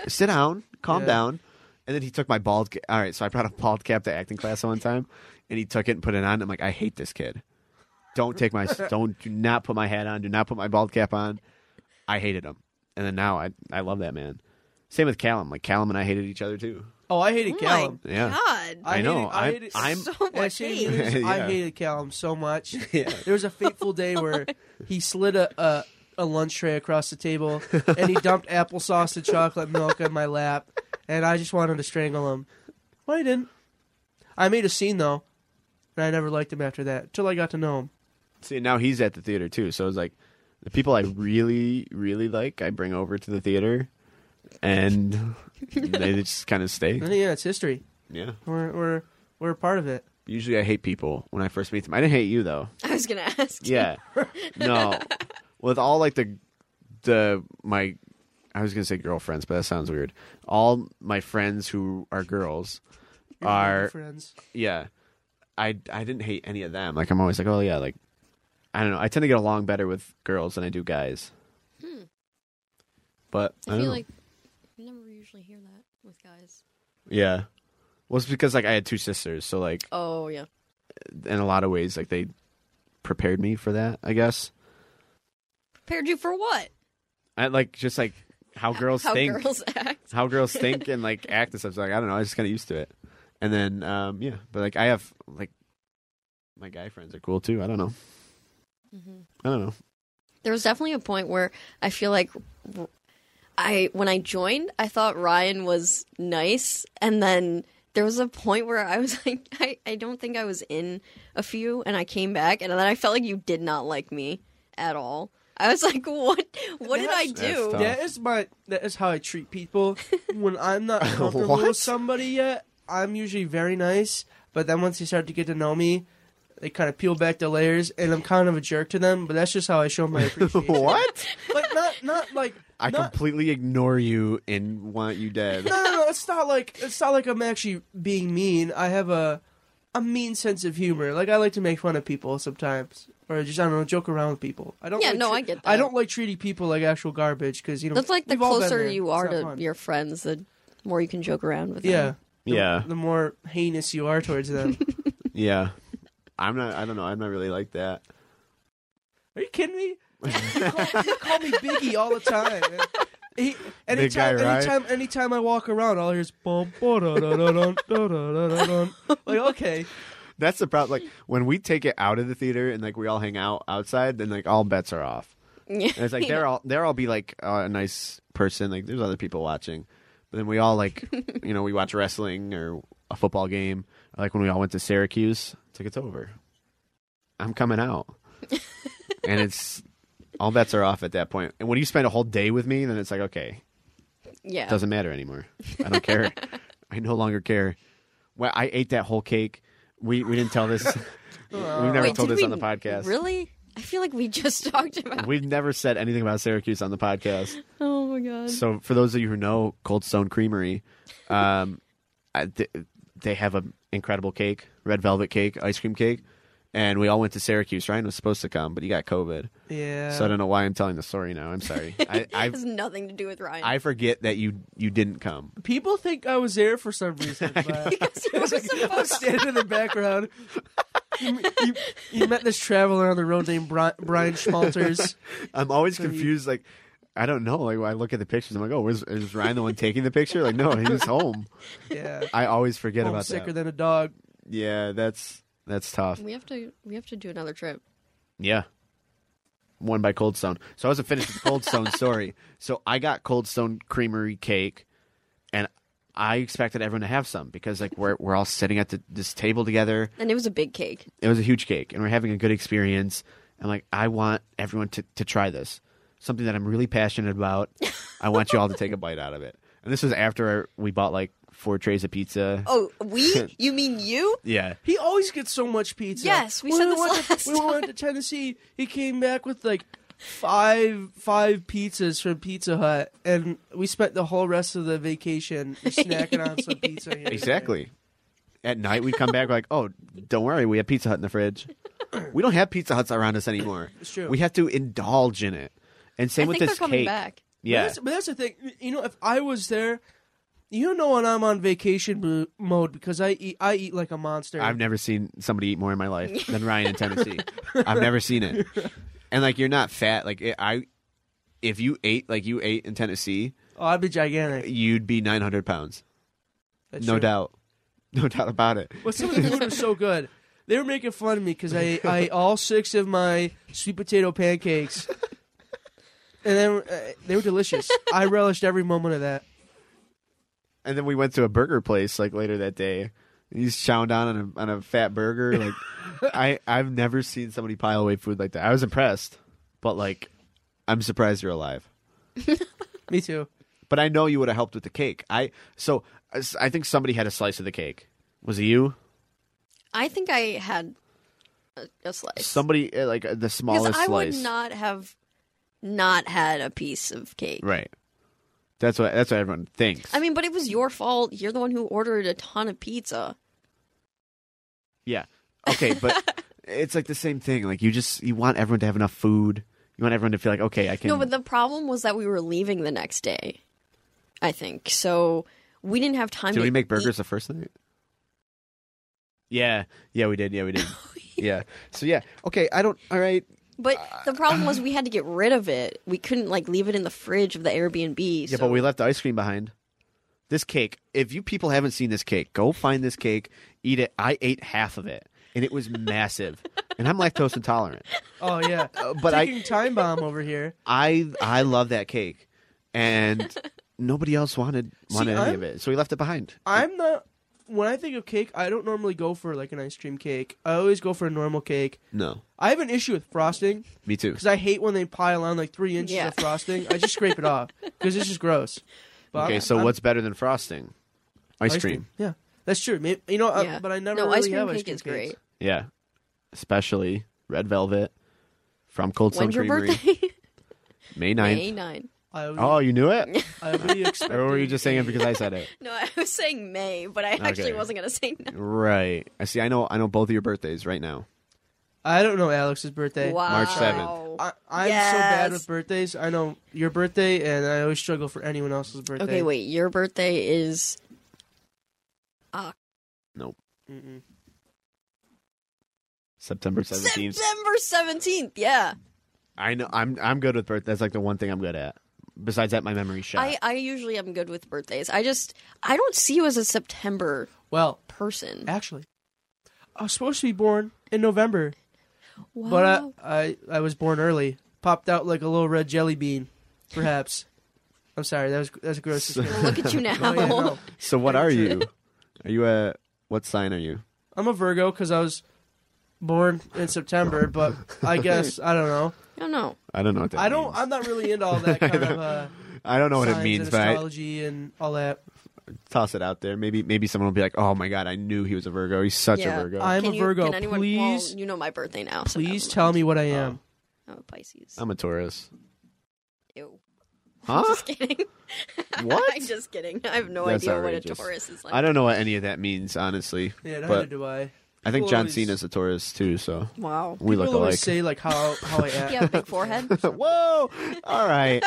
[SPEAKER 2] sit down, calm
[SPEAKER 1] Yeah.
[SPEAKER 2] down. And then he took my bald. Ca- all right, so I brought a bald cap to acting class one time, and he took it and put it on. I'm like, I hate this kid. Don't take my. don't do not put my hat on. Do not put my bald cap on. I hated him, and then now I I love that man. Same with Callum. Like Callum and I hated each other too.
[SPEAKER 1] Oh, I hated Callum.
[SPEAKER 3] My
[SPEAKER 2] Yeah.
[SPEAKER 3] God.
[SPEAKER 2] I know,
[SPEAKER 1] hated- I
[SPEAKER 2] I'm-
[SPEAKER 1] hated-
[SPEAKER 2] I'm-
[SPEAKER 3] so
[SPEAKER 1] At
[SPEAKER 3] much
[SPEAKER 1] St.
[SPEAKER 3] hate.
[SPEAKER 1] Louis, I
[SPEAKER 2] Yeah.
[SPEAKER 1] hated Callum so much. There was a fateful day where he slid a, a a lunch tray across the table and he dumped applesauce and chocolate milk on my lap, and I just wanted to strangle him. Well, I didn't. I made a scene though, and I never liked him after that until I got to know him.
[SPEAKER 2] See, now he's at the theater too. So it's like the people I really, really like, I bring over to the theater, and they just kind of stay.
[SPEAKER 1] And yeah, it's history.
[SPEAKER 2] Yeah.
[SPEAKER 1] We're we're we're a part of it.
[SPEAKER 2] Usually, I hate people when I first meet them. I didn't hate you though.
[SPEAKER 3] I was gonna ask.
[SPEAKER 2] Yeah. no. With all like the the my I was gonna say girlfriends, but that sounds weird. All my friends who are girls
[SPEAKER 1] We're
[SPEAKER 2] are
[SPEAKER 1] friends?
[SPEAKER 2] yeah. I I didn't hate any of them. Like I'm always like, oh yeah, like I don't know. I tend to get along better with girls than I do guys.
[SPEAKER 3] Hmm.
[SPEAKER 2] But I,
[SPEAKER 3] I
[SPEAKER 2] don't
[SPEAKER 3] feel
[SPEAKER 2] know.
[SPEAKER 3] like I never usually hear that with guys.
[SPEAKER 2] yeah. Well, it's because like I had two sisters, so like
[SPEAKER 3] Oh yeah.
[SPEAKER 2] in a lot of ways, like they prepared me for that. I guess.
[SPEAKER 3] Prepared you for what?
[SPEAKER 2] I like just like how girls
[SPEAKER 3] How
[SPEAKER 2] think,
[SPEAKER 3] girls act.
[SPEAKER 2] how girls think and like act and stuff. So, like I don't know. I just got used to it. And then um yeah, but like I have like my guy friends are cool too. I don't know.
[SPEAKER 3] Mhm.
[SPEAKER 2] I don't know.
[SPEAKER 3] There was definitely a point where I feel like r- I when I joined, I thought Ryan was nice, and then there was a point where I was like, I, I don't think I was in a few, and I came back, and then I felt like you did not like me at all. I was like, what? What did I
[SPEAKER 1] That's-
[SPEAKER 2] that's
[SPEAKER 3] do?
[SPEAKER 2] tough.
[SPEAKER 1] That is my that is how I treat people. when I'm not comfortable
[SPEAKER 2] What?
[SPEAKER 1] with somebody yet, I'm usually very nice. But then once they start to get to know me, they kind of peel back the layers, and I'm kind of a jerk to them. But that's just how I show my appreciation.
[SPEAKER 2] what?
[SPEAKER 1] Like not not like
[SPEAKER 2] I
[SPEAKER 1] not,
[SPEAKER 2] completely ignore you and want you dead.
[SPEAKER 1] no, no, no. It's not like it's not like I'm actually being mean. I have a a mean sense of humor. Like I like to make fun of people sometimes, or just I don't know, joke around with people. I don't.
[SPEAKER 3] Yeah,
[SPEAKER 1] like
[SPEAKER 3] no, I get
[SPEAKER 1] I
[SPEAKER 3] that.
[SPEAKER 1] don't like treating people like actual garbage because you know
[SPEAKER 3] That's like the
[SPEAKER 1] we've all been
[SPEAKER 3] closer
[SPEAKER 1] there.
[SPEAKER 3] you
[SPEAKER 1] It's
[SPEAKER 3] are
[SPEAKER 1] not
[SPEAKER 3] to
[SPEAKER 1] fun.
[SPEAKER 3] your friends, the more you can joke around with
[SPEAKER 1] Yeah.
[SPEAKER 3] them.
[SPEAKER 1] The-
[SPEAKER 2] Yeah.
[SPEAKER 1] The more heinous you are towards them.
[SPEAKER 2] Yeah. I'm not I don't know, I'm not really like that.
[SPEAKER 1] are you kidding me? You call, you call me Biggie all the time. man. He, anytime,
[SPEAKER 2] guy, right?
[SPEAKER 1] anytime, anytime I walk around, all I hear is bum, ba, da, da, da, dun, da, da, da, da, dun. like okay,
[SPEAKER 2] That's the problem. Like when we take it out of the theater and like we all hang out outside, then like all bets are off.
[SPEAKER 3] Yeah.
[SPEAKER 2] And it's like they're all they're all be like uh, a nice person. Like there's other people watching, but then we all like you know we watch wrestling or a football game. Or, like when we all went to Syracuse, it's like it's over. I'm coming out, and it's all bets are off at that point. And when you spend a whole day with me, then it's like okay,
[SPEAKER 3] yeah.
[SPEAKER 2] it doesn't matter anymore. I don't care. I no longer care. Well, I ate that whole cake. We we didn't tell this. We've never
[SPEAKER 3] Wait,
[SPEAKER 2] told
[SPEAKER 3] did
[SPEAKER 2] this on
[SPEAKER 3] we
[SPEAKER 2] the podcast.
[SPEAKER 3] Really? I feel like we just talked about.
[SPEAKER 2] We've never said anything about Syracuse on the podcast.
[SPEAKER 3] Oh my god.
[SPEAKER 2] So for those of you who know Cold Stone Creamery, um, I, th- they have an incredible cake, red velvet cake, ice cream cake, and we all went to Syracuse. Ryan was supposed to come, but he got COVID,
[SPEAKER 1] yeah.
[SPEAKER 3] Oh.
[SPEAKER 2] so I don't know why I'm telling the story now. I'm sorry. I, I
[SPEAKER 3] It has nothing to do with Ryan.
[SPEAKER 2] I forget that you you didn't come.
[SPEAKER 1] People think I was there for some reason. but-
[SPEAKER 3] You were
[SPEAKER 1] I was
[SPEAKER 3] supposed
[SPEAKER 1] standing in the background. You, you- you met this traveler on the road named Bri- Brian Schmalters.
[SPEAKER 2] I'm always
[SPEAKER 1] you-
[SPEAKER 2] confused. Like I don't know. Like when I look at the pictures, I'm like, oh, where's, is Ryan the one taking the picture? Like, no, he was home.
[SPEAKER 1] Yeah.
[SPEAKER 2] I always forget
[SPEAKER 1] Home
[SPEAKER 2] about
[SPEAKER 1] sicker
[SPEAKER 2] that.
[SPEAKER 1] than a dog.
[SPEAKER 2] yeah, that's that's tough.
[SPEAKER 3] We have to we have to do another trip.
[SPEAKER 2] Yeah. One by Cold Stone. So I wasn't finished with Cold Stone story. So I got Cold Stone Creamery cake, and I expected everyone to have some because like we're we're all sitting at the, this table together.
[SPEAKER 3] And it was a big cake.
[SPEAKER 2] It was a huge cake, and we're having a good experience. I'm like, I want everyone to to try this. Something that I'm really passionate about. I want you all to take a bite out of it. And this was after we bought like four trays of pizza.
[SPEAKER 3] Oh, we? You mean you?
[SPEAKER 2] Yeah.
[SPEAKER 1] He always gets so much pizza.
[SPEAKER 3] Yes, we
[SPEAKER 1] When
[SPEAKER 3] said this
[SPEAKER 1] went
[SPEAKER 3] last
[SPEAKER 1] to, When we went to Tennessee, he came back with like five five pizzas from Pizza Hut, and we spent the whole rest of the vacation snacking on some pizza. Here and there.
[SPEAKER 2] Exactly. At night, we'd come back we're like, oh, don't worry, we have Pizza Hut in the fridge. We don't have Pizza Huts around us anymore.
[SPEAKER 1] It's true.
[SPEAKER 2] We have to indulge in it. And same
[SPEAKER 3] I
[SPEAKER 2] with
[SPEAKER 3] think
[SPEAKER 2] this
[SPEAKER 3] they're coming
[SPEAKER 2] cake.
[SPEAKER 3] back.
[SPEAKER 1] But
[SPEAKER 2] Yeah,
[SPEAKER 1] that's, but that's the thing. You know, if I was there, you know, when I'm on vacation mo- mode because I eat, I eat like a monster.
[SPEAKER 2] I've never seen somebody eat more in my life than Ryan in Tennessee. I've never seen it. And like, you're not fat. Like, it, I, if you ate like you ate in Tennessee,
[SPEAKER 1] oh, I'd be gigantic.
[SPEAKER 2] you'd be 900 pounds,
[SPEAKER 1] That's
[SPEAKER 2] no
[SPEAKER 1] true.
[SPEAKER 2] doubt, no doubt about it.
[SPEAKER 1] But some of the food was so good. They were making fun of me because I, I ate all six of my sweet potato pancakes. And then uh, they were delicious. I relished every moment of that.
[SPEAKER 2] And then we went to a burger place like later that day. And He's chowing down on a on a fat burger. Like I I've never seen somebody pile away food like that. I was impressed, but like I'm surprised you're alive.
[SPEAKER 1] Me too.
[SPEAKER 2] But I know you would have helped with the cake. I so I s- I think somebody had a slice of the cake. Was it you?
[SPEAKER 3] I think I had a, a slice.
[SPEAKER 2] Somebody uh, like uh, the
[SPEAKER 3] because
[SPEAKER 2] smallest
[SPEAKER 3] I
[SPEAKER 2] slice.
[SPEAKER 3] would not have not had a piece of cake.
[SPEAKER 2] Right. That's what that's what everyone thinks.
[SPEAKER 3] I mean, but it was your fault. You're the one who ordered a ton of pizza.
[SPEAKER 2] Yeah. Okay, but it's like the same thing. Like you just you want everyone to have enough food. You want everyone to feel like okay, I can.
[SPEAKER 3] No, but the problem was that we were leaving the next day. I think so. We didn't have time
[SPEAKER 2] Did
[SPEAKER 3] to
[SPEAKER 2] we make
[SPEAKER 3] eat-
[SPEAKER 2] burgers the first night? Yeah, yeah, we did. Yeah, we did.
[SPEAKER 3] Oh,
[SPEAKER 2] yeah. So yeah, okay. I don't. All right.
[SPEAKER 3] But the problem was we had to get rid of it. We couldn't like leave it in the fridge of the Airbnb.
[SPEAKER 2] Yeah,
[SPEAKER 3] so-
[SPEAKER 2] but we left the ice cream behind. This cake. If you people haven't seen this cake, go find this cake, eat it. I ate half of it, and it was massive. and I'm lactose intolerant,
[SPEAKER 1] Oh yeah.
[SPEAKER 2] Uh, but I-
[SPEAKER 1] Ticking time bomb over here.
[SPEAKER 2] I I love that cake, and nobody else wanted wanted any
[SPEAKER 1] I'm-
[SPEAKER 2] of it, so we left it behind.
[SPEAKER 1] I'm not. When I think of cake, I don't normally go for like an ice cream cake. I always go for a normal cake.
[SPEAKER 2] No,
[SPEAKER 1] I have an issue with frosting
[SPEAKER 2] me too.
[SPEAKER 1] because I hate when they pile on like three inches
[SPEAKER 3] Yeah.
[SPEAKER 1] of frosting. I just scrape it off because it's just gross. But
[SPEAKER 2] Okay,
[SPEAKER 1] I'm-
[SPEAKER 2] so
[SPEAKER 1] I'm-
[SPEAKER 2] what's better than frosting? Ice, cream.
[SPEAKER 1] Yeah, that's true. Maybe, you know, uh,
[SPEAKER 3] Yeah.
[SPEAKER 1] but I never
[SPEAKER 3] no
[SPEAKER 1] really
[SPEAKER 3] ice cream
[SPEAKER 1] have
[SPEAKER 3] cake
[SPEAKER 1] ice cream
[SPEAKER 3] is great.
[SPEAKER 1] cakes.
[SPEAKER 2] Yeah. Especially Red Velvet from Cold Stone
[SPEAKER 3] When's your
[SPEAKER 2] Creamery,
[SPEAKER 3] birthday?
[SPEAKER 2] May 9th.
[SPEAKER 3] May 9.
[SPEAKER 1] I would,
[SPEAKER 2] Oh, you knew it?
[SPEAKER 1] I would expect.
[SPEAKER 2] or were you just saying it because I said it?
[SPEAKER 3] No, I was saying May, but I actually
[SPEAKER 2] Okay.
[SPEAKER 3] wasn't going to say no.
[SPEAKER 2] Right. I see. I know. I know both of your birthdays right now.
[SPEAKER 1] I don't know Alex's birthday.
[SPEAKER 3] Wow.
[SPEAKER 2] March 7th.
[SPEAKER 1] I, I'm so bad
[SPEAKER 3] Yes.
[SPEAKER 1] with birthdays. I know your birthday, and I always struggle for anyone else's birthday.
[SPEAKER 3] Okay, wait. Your birthday is
[SPEAKER 1] Mm-mm.
[SPEAKER 2] September seventeenth.
[SPEAKER 3] September 17th. Yeah.
[SPEAKER 2] I know. I'm. I'm good with birth. That's like the one thing I'm good at. Besides that, my memory's shot.
[SPEAKER 3] I, I usually am good with birthdays. I just, I don't see you as a September
[SPEAKER 1] Well,
[SPEAKER 3] person.
[SPEAKER 1] actually, I was supposed to be born in November,
[SPEAKER 3] Wow.
[SPEAKER 1] but uh, I, I I was born early. Popped out like a little red jelly bean, perhaps. I'm sorry. That was that's gross.
[SPEAKER 2] So-
[SPEAKER 1] description.
[SPEAKER 3] Look at you now.
[SPEAKER 1] Oh, yeah, no.
[SPEAKER 2] so what are you? Are you a what sign are you?
[SPEAKER 1] I'm a Virgo because I was born in September, but I guess I don't know.
[SPEAKER 3] I don't know.
[SPEAKER 2] I don't know what that
[SPEAKER 1] I don't.
[SPEAKER 2] means.
[SPEAKER 1] I'm not really into all that kind of. Uh,
[SPEAKER 2] I don't know what it
[SPEAKER 1] signs
[SPEAKER 2] means,
[SPEAKER 1] and
[SPEAKER 2] but I
[SPEAKER 1] astrology and all that.
[SPEAKER 2] toss it out there. Maybe maybe someone will be like, "Oh my god, I knew he was a Virgo. He's such
[SPEAKER 3] Yeah.
[SPEAKER 2] a Virgo."
[SPEAKER 1] I'm
[SPEAKER 3] can
[SPEAKER 1] a
[SPEAKER 3] you-
[SPEAKER 1] Virgo.
[SPEAKER 3] can anyone,
[SPEAKER 1] please,
[SPEAKER 3] well, you know my birthday now. so
[SPEAKER 1] please
[SPEAKER 3] never
[SPEAKER 1] tell Um,
[SPEAKER 3] mind.
[SPEAKER 1] me what I
[SPEAKER 2] Oh.
[SPEAKER 1] am.
[SPEAKER 3] I'm a Pisces.
[SPEAKER 2] I'm a Taurus.
[SPEAKER 3] Ew.
[SPEAKER 2] Huh?
[SPEAKER 3] I'm just kidding.
[SPEAKER 2] What?
[SPEAKER 3] I'm just kidding. I have no
[SPEAKER 2] That's
[SPEAKER 3] idea
[SPEAKER 2] outrageous.
[SPEAKER 3] what a Taurus is like.
[SPEAKER 2] I don't know what any of that means, honestly.
[SPEAKER 1] yeah, neither
[SPEAKER 2] but
[SPEAKER 1] do I.
[SPEAKER 2] I think John
[SPEAKER 1] always-
[SPEAKER 2] Cena's a Taurus too, so
[SPEAKER 3] Wow.
[SPEAKER 2] we look
[SPEAKER 1] People always
[SPEAKER 2] alike.
[SPEAKER 1] say like how how I act.
[SPEAKER 3] You have a big forehead.
[SPEAKER 2] Whoa! All right,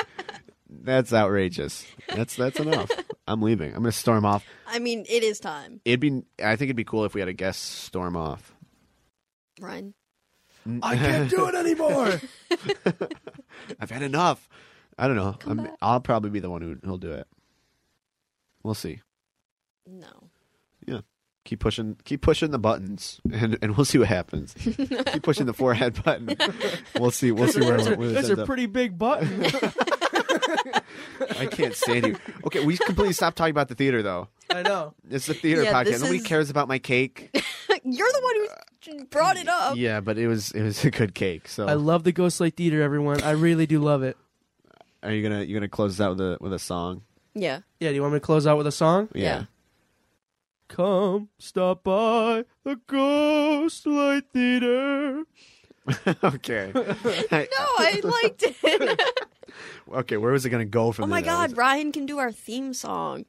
[SPEAKER 2] that's outrageous. That's that's enough. I'm leaving. I'm gonna storm off.
[SPEAKER 3] I mean, it is time,
[SPEAKER 2] It'd be. I think it'd be cool if we had a guest storm off.
[SPEAKER 3] Ryan.
[SPEAKER 1] I can't do it anymore.
[SPEAKER 2] I've had enough. I don't know.
[SPEAKER 3] Come
[SPEAKER 2] I'm,
[SPEAKER 3] back.
[SPEAKER 2] I'll probably be the one who who'll do it. We'll see.
[SPEAKER 3] No.
[SPEAKER 2] Keep pushing. Keep pushing the buttons, and and we'll see what happens. keep pushing the forehead button. We'll see. We'll see where,
[SPEAKER 1] That's a,
[SPEAKER 2] where this
[SPEAKER 1] that's
[SPEAKER 2] ends
[SPEAKER 1] a
[SPEAKER 2] up.
[SPEAKER 1] pretty big button.
[SPEAKER 2] I can't stand you. Okay, we completely stopped talking about the theater though.
[SPEAKER 1] I know.
[SPEAKER 2] It's the theater
[SPEAKER 3] Yeah,
[SPEAKER 2] podcast.
[SPEAKER 3] this
[SPEAKER 2] Nobody
[SPEAKER 3] is-
[SPEAKER 2] cares about my cake.
[SPEAKER 3] You're the one who brought it up.
[SPEAKER 2] yeah, but it was it was a good cake. So
[SPEAKER 1] I love the Ghostlight Theater, everyone. I really do love it.
[SPEAKER 2] are you gonna you gonna close this out with a with a song?
[SPEAKER 3] Yeah.
[SPEAKER 1] Yeah, do you want me to close out with a song?
[SPEAKER 3] Yeah.
[SPEAKER 1] Come stop by the Ghostlight Theater.
[SPEAKER 2] okay.
[SPEAKER 3] No, I liked it.
[SPEAKER 2] okay, where was it gonna go from
[SPEAKER 3] oh
[SPEAKER 2] there?
[SPEAKER 3] my
[SPEAKER 2] though?
[SPEAKER 3] god, Ryan can do our theme song.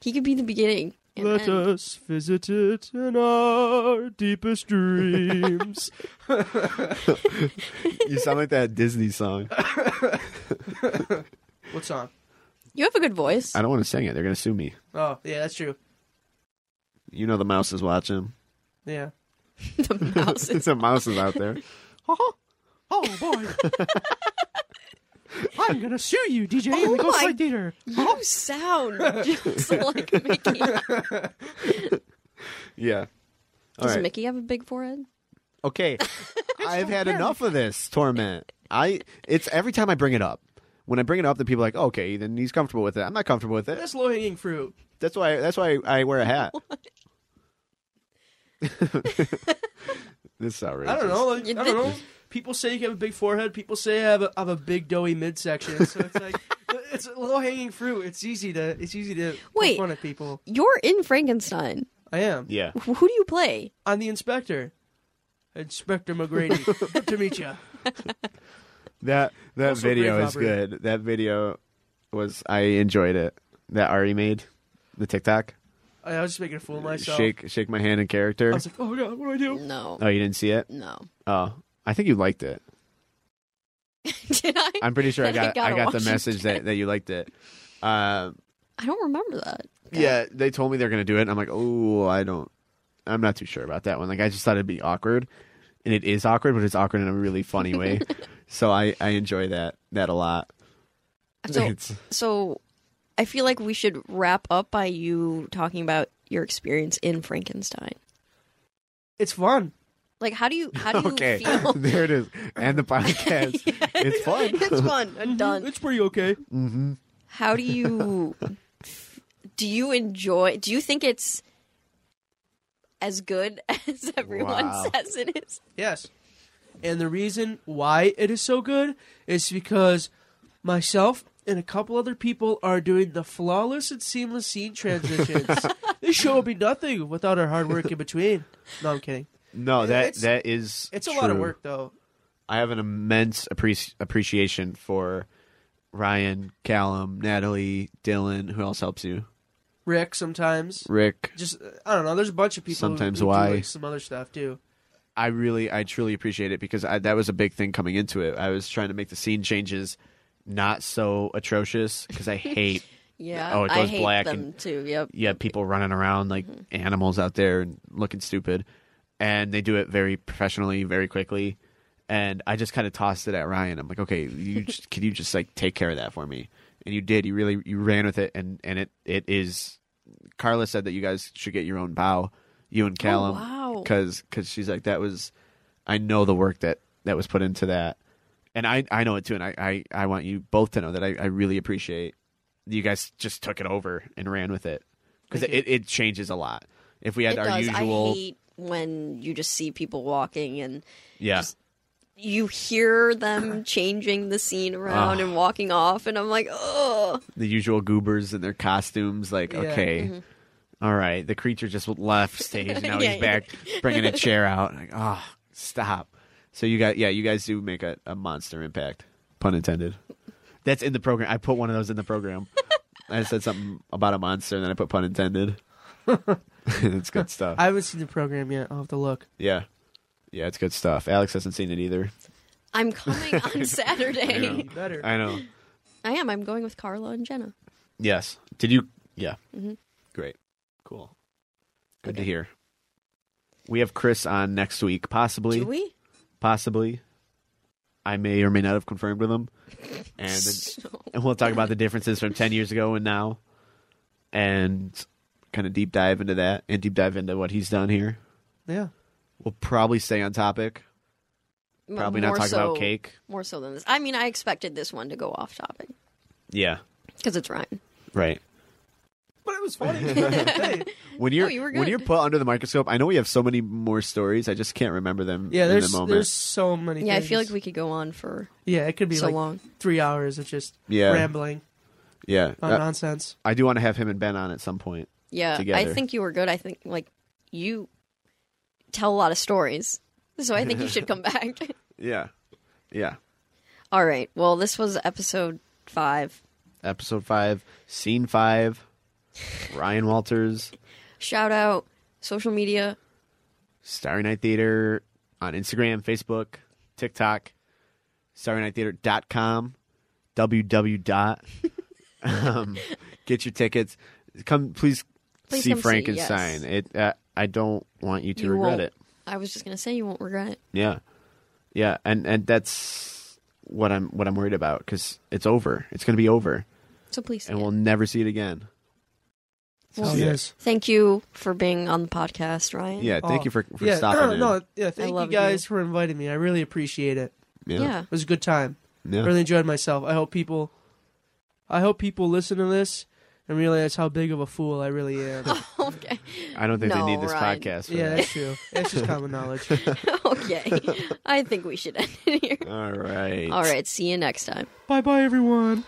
[SPEAKER 3] He could be the beginning. and
[SPEAKER 1] Let
[SPEAKER 3] end.
[SPEAKER 1] us visit it in our deepest dreams.
[SPEAKER 2] You sound like that Disney song.
[SPEAKER 1] what song?
[SPEAKER 3] You have a good voice.
[SPEAKER 2] I don't want to sing it. They're gonna sue me.
[SPEAKER 1] Oh, yeah, that's true.
[SPEAKER 2] You know the mouse is watching.
[SPEAKER 1] Yeah.
[SPEAKER 3] the mouse is
[SPEAKER 2] It's a mouse is out there.
[SPEAKER 1] Oh boy. I'm gonna sue you, DJ, in the
[SPEAKER 3] Oh my-
[SPEAKER 1] Ghostlight Theater.
[SPEAKER 3] You sound just like Mickey.
[SPEAKER 2] Yeah. All
[SPEAKER 3] Does
[SPEAKER 2] right.
[SPEAKER 3] Mickey have a big forehead?
[SPEAKER 2] Okay. I've had enough of this torment. I it's every time I bring it up. When I bring it up, the people are like, okay, then he's comfortable with it. I'm not comfortable with it.
[SPEAKER 1] That's low hanging fruit.
[SPEAKER 2] That's why. That's why I wear a hat. this is outrageous.
[SPEAKER 1] I don't know. Like, I
[SPEAKER 3] You
[SPEAKER 1] don't
[SPEAKER 3] did-
[SPEAKER 1] know. People say you have a big forehead. People say I have a, I have a big doughy midsection. So it's like it's low hanging fruit. It's easy to it's easy to
[SPEAKER 3] Wait.
[SPEAKER 1] poke fun at people.
[SPEAKER 3] You're in Frankenstein.
[SPEAKER 1] I am.
[SPEAKER 2] Yeah.
[SPEAKER 3] Who do you play?
[SPEAKER 1] I'm the inspector. Inspector McGrady. Good to meet you.
[SPEAKER 2] That that
[SPEAKER 1] Also
[SPEAKER 2] video
[SPEAKER 1] grave
[SPEAKER 2] is
[SPEAKER 1] robbery.
[SPEAKER 2] good. That video was I enjoyed it. That Ari made the TikTok.
[SPEAKER 1] I I was just making a fool of myself.
[SPEAKER 2] Shake shake my hand in character.
[SPEAKER 1] I was like, oh god, what do I do?
[SPEAKER 3] No.
[SPEAKER 2] oh, you didn't see it?
[SPEAKER 3] No.
[SPEAKER 2] Oh, I think you liked it.
[SPEAKER 3] Did I?
[SPEAKER 2] I'm pretty sure I
[SPEAKER 3] I
[SPEAKER 2] got I
[SPEAKER 3] gotta
[SPEAKER 2] got the
[SPEAKER 3] watch it
[SPEAKER 2] message that, that you liked it. Um,
[SPEAKER 3] I don't remember that.
[SPEAKER 2] yeah, they told me they're gonna do it. And I'm like, oh, I don't. I'm not too sure about that one. Like, I just thought it'd be awkward, and it is awkward, but it's awkward in a really funny way. so I I enjoy that that a lot.
[SPEAKER 3] So,
[SPEAKER 2] It's-
[SPEAKER 3] so I feel like we should wrap up by you talking about your experience in Frankenstein.
[SPEAKER 1] It's fun.
[SPEAKER 3] Like, how do you how do you
[SPEAKER 2] okay,
[SPEAKER 3] feel?
[SPEAKER 2] there it is, and the podcast. It's fun.
[SPEAKER 3] it's fun. I'm done.
[SPEAKER 1] It's pretty okay.
[SPEAKER 3] How do you do? You enjoy? Do you think it's as good as everyone
[SPEAKER 2] Wow.
[SPEAKER 3] says it is?
[SPEAKER 1] Yes. And the reason why it is so good is because myself and a couple other people are doing the flawless and seamless scene transitions. this show would be nothing without our hard work in between. No, I'm kidding.
[SPEAKER 2] No, that
[SPEAKER 1] It's-
[SPEAKER 2] that is
[SPEAKER 1] It's a lot of
[SPEAKER 2] true.
[SPEAKER 1] work, though.
[SPEAKER 2] I have an immense appreci- appreciation for Ryan, Callum, Natalie, Dylan. Who else helps you?
[SPEAKER 1] Rick, sometimes.
[SPEAKER 2] Rick.
[SPEAKER 1] Just, uh, I don't know. There's a bunch of people who-
[SPEAKER 2] Sometimes
[SPEAKER 1] who, do,
[SPEAKER 2] why.
[SPEAKER 1] like, some other stuff, too.
[SPEAKER 2] I really, I truly appreciate it because I, that was a big thing coming into it. I was trying to make the scene changes not so atrocious because I hate,
[SPEAKER 3] Yeah.
[SPEAKER 2] Oh, it
[SPEAKER 3] I
[SPEAKER 2] goes
[SPEAKER 3] hate
[SPEAKER 2] black
[SPEAKER 3] them
[SPEAKER 2] and-
[SPEAKER 3] too. Yep.
[SPEAKER 2] yeah, people running around like animals out there and looking stupid. And they do it very professionally, very quickly. And I just kind of tossed it at Ryan. I'm like, okay, you just, can you just like take care of that for me? And you did. You really you ran with it, and and it it is. Carla said that you guys should get your own bow, you and Callum,
[SPEAKER 3] wow.
[SPEAKER 2] because she's like that was I know the work that that was put into that, and I I know it too, and I I, I want you both to know that I, I really appreciate that you guys just took it over and ran with it because
[SPEAKER 1] Thank
[SPEAKER 2] it, it changes a lot. If we had
[SPEAKER 3] It
[SPEAKER 2] our
[SPEAKER 3] does.
[SPEAKER 2] usual,
[SPEAKER 3] I hate when you just see people walking and
[SPEAKER 2] yeah,
[SPEAKER 3] you hear them changing the scene
[SPEAKER 2] Ah.
[SPEAKER 3] around and walking off, and I'm like, oh,
[SPEAKER 2] the usual goobers and their costumes, like
[SPEAKER 1] Yeah.
[SPEAKER 2] okay. all right, the creature just left stage. and Now
[SPEAKER 3] Mm-hmm. Yeah,
[SPEAKER 2] he's back, bringing a chair out. Like, oh, stop! So you got, yeah, you guys do make a, a monster impact, pun intended. That's in the program. I put one of those in the program. I said something about a monster, and then I put pun intended. it's good stuff.
[SPEAKER 1] I haven't seen the program yet. I'll have to look.
[SPEAKER 2] yeah, yeah, it's good stuff. Alex hasn't seen it either.
[SPEAKER 3] I'm coming on Saturday.
[SPEAKER 1] You better.
[SPEAKER 2] I know.
[SPEAKER 3] I am. I'm going with Carla and Jenna.
[SPEAKER 2] Yes. Did you? Yeah.
[SPEAKER 3] Mhm.
[SPEAKER 2] Great. Cool. Good to
[SPEAKER 3] Okay.
[SPEAKER 2] hear. We have Chris on next week, possibly.
[SPEAKER 3] Do we?
[SPEAKER 2] Possibly. I may or may not have confirmed with him, and then- and we'll talk about the differences from ten years ago and now, and kind of deep dive into that and deep dive into what he's done here.
[SPEAKER 1] Yeah.
[SPEAKER 2] We'll probably stay on topic. Probably not
[SPEAKER 3] More
[SPEAKER 2] talk
[SPEAKER 3] so-
[SPEAKER 2] about cake.
[SPEAKER 3] More so than this. I mean, I expected this one to go off topic
[SPEAKER 2] Yeah,
[SPEAKER 3] because it's Ryan.
[SPEAKER 2] right.
[SPEAKER 1] But it was funny. hey,
[SPEAKER 2] When you're
[SPEAKER 3] you were
[SPEAKER 2] when
[SPEAKER 3] good.
[SPEAKER 2] you're put under the microscope, I know we have so many more stories. I just can't remember them.
[SPEAKER 1] yeah,
[SPEAKER 2] in
[SPEAKER 1] there's
[SPEAKER 2] the moment.
[SPEAKER 1] there's so many.
[SPEAKER 3] Yeah, I
[SPEAKER 1] things.
[SPEAKER 3] feel like we could go on for
[SPEAKER 1] Yeah, it could be
[SPEAKER 3] so
[SPEAKER 1] like
[SPEAKER 3] long.
[SPEAKER 1] three hours of just
[SPEAKER 2] Yeah.
[SPEAKER 1] rambling
[SPEAKER 2] yeah.
[SPEAKER 1] on
[SPEAKER 2] Uh,
[SPEAKER 1] nonsense.
[SPEAKER 2] I do want to have him and Ben on at some point.
[SPEAKER 3] Yeah,
[SPEAKER 2] together.
[SPEAKER 3] I think you were good. I think like you tell a lot of stories, so I think you should come back.
[SPEAKER 2] Yeah, yeah.
[SPEAKER 3] All right. Well, this was episode five.
[SPEAKER 2] Episode five, scene five. Ryan Walters,
[SPEAKER 3] Shout out social media.
[SPEAKER 2] Starry Night Theater on Instagram, Facebook, TikTok, starrynighttheater.com, www. dot. um, get your tickets. Come, please,
[SPEAKER 3] Please
[SPEAKER 2] see
[SPEAKER 3] come see,
[SPEAKER 2] Frankenstein.
[SPEAKER 3] yes.
[SPEAKER 2] It. Uh, I don't want you to
[SPEAKER 3] You
[SPEAKER 2] regret
[SPEAKER 3] won't.
[SPEAKER 2] it.
[SPEAKER 3] I was just gonna say you won't regret it.
[SPEAKER 2] Yeah, yeah, and and that's what I'm what I'm worried about because it's over. It's going to be over,
[SPEAKER 3] So please. see
[SPEAKER 2] and
[SPEAKER 3] it.
[SPEAKER 2] we'll never see it again.
[SPEAKER 3] Well,
[SPEAKER 2] yeah.
[SPEAKER 1] yes.
[SPEAKER 3] thank you for being on the podcast, Ryan.
[SPEAKER 2] Yeah, thank
[SPEAKER 1] Oh.
[SPEAKER 2] you for, for
[SPEAKER 1] yeah,
[SPEAKER 2] stopping.
[SPEAKER 1] no,
[SPEAKER 2] in.
[SPEAKER 1] no, yeah. Thank you
[SPEAKER 3] love
[SPEAKER 1] guys
[SPEAKER 3] you.
[SPEAKER 1] for inviting me. I really appreciate it.
[SPEAKER 3] Yeah.
[SPEAKER 2] yeah,
[SPEAKER 1] It was a good time.
[SPEAKER 2] yeah.
[SPEAKER 1] Really enjoyed myself. I hope people, I hope people listen to this and realize how big of a fool I really am.
[SPEAKER 3] okay.
[SPEAKER 2] I don't think
[SPEAKER 3] No,
[SPEAKER 2] they need this
[SPEAKER 3] Ryan.
[SPEAKER 2] podcast. For
[SPEAKER 1] yeah,
[SPEAKER 2] that.
[SPEAKER 1] that's true. That's just common knowledge.
[SPEAKER 3] okay. I think we should end it here.
[SPEAKER 2] All right.
[SPEAKER 3] All right. See you next time.
[SPEAKER 1] bye, bye, everyone.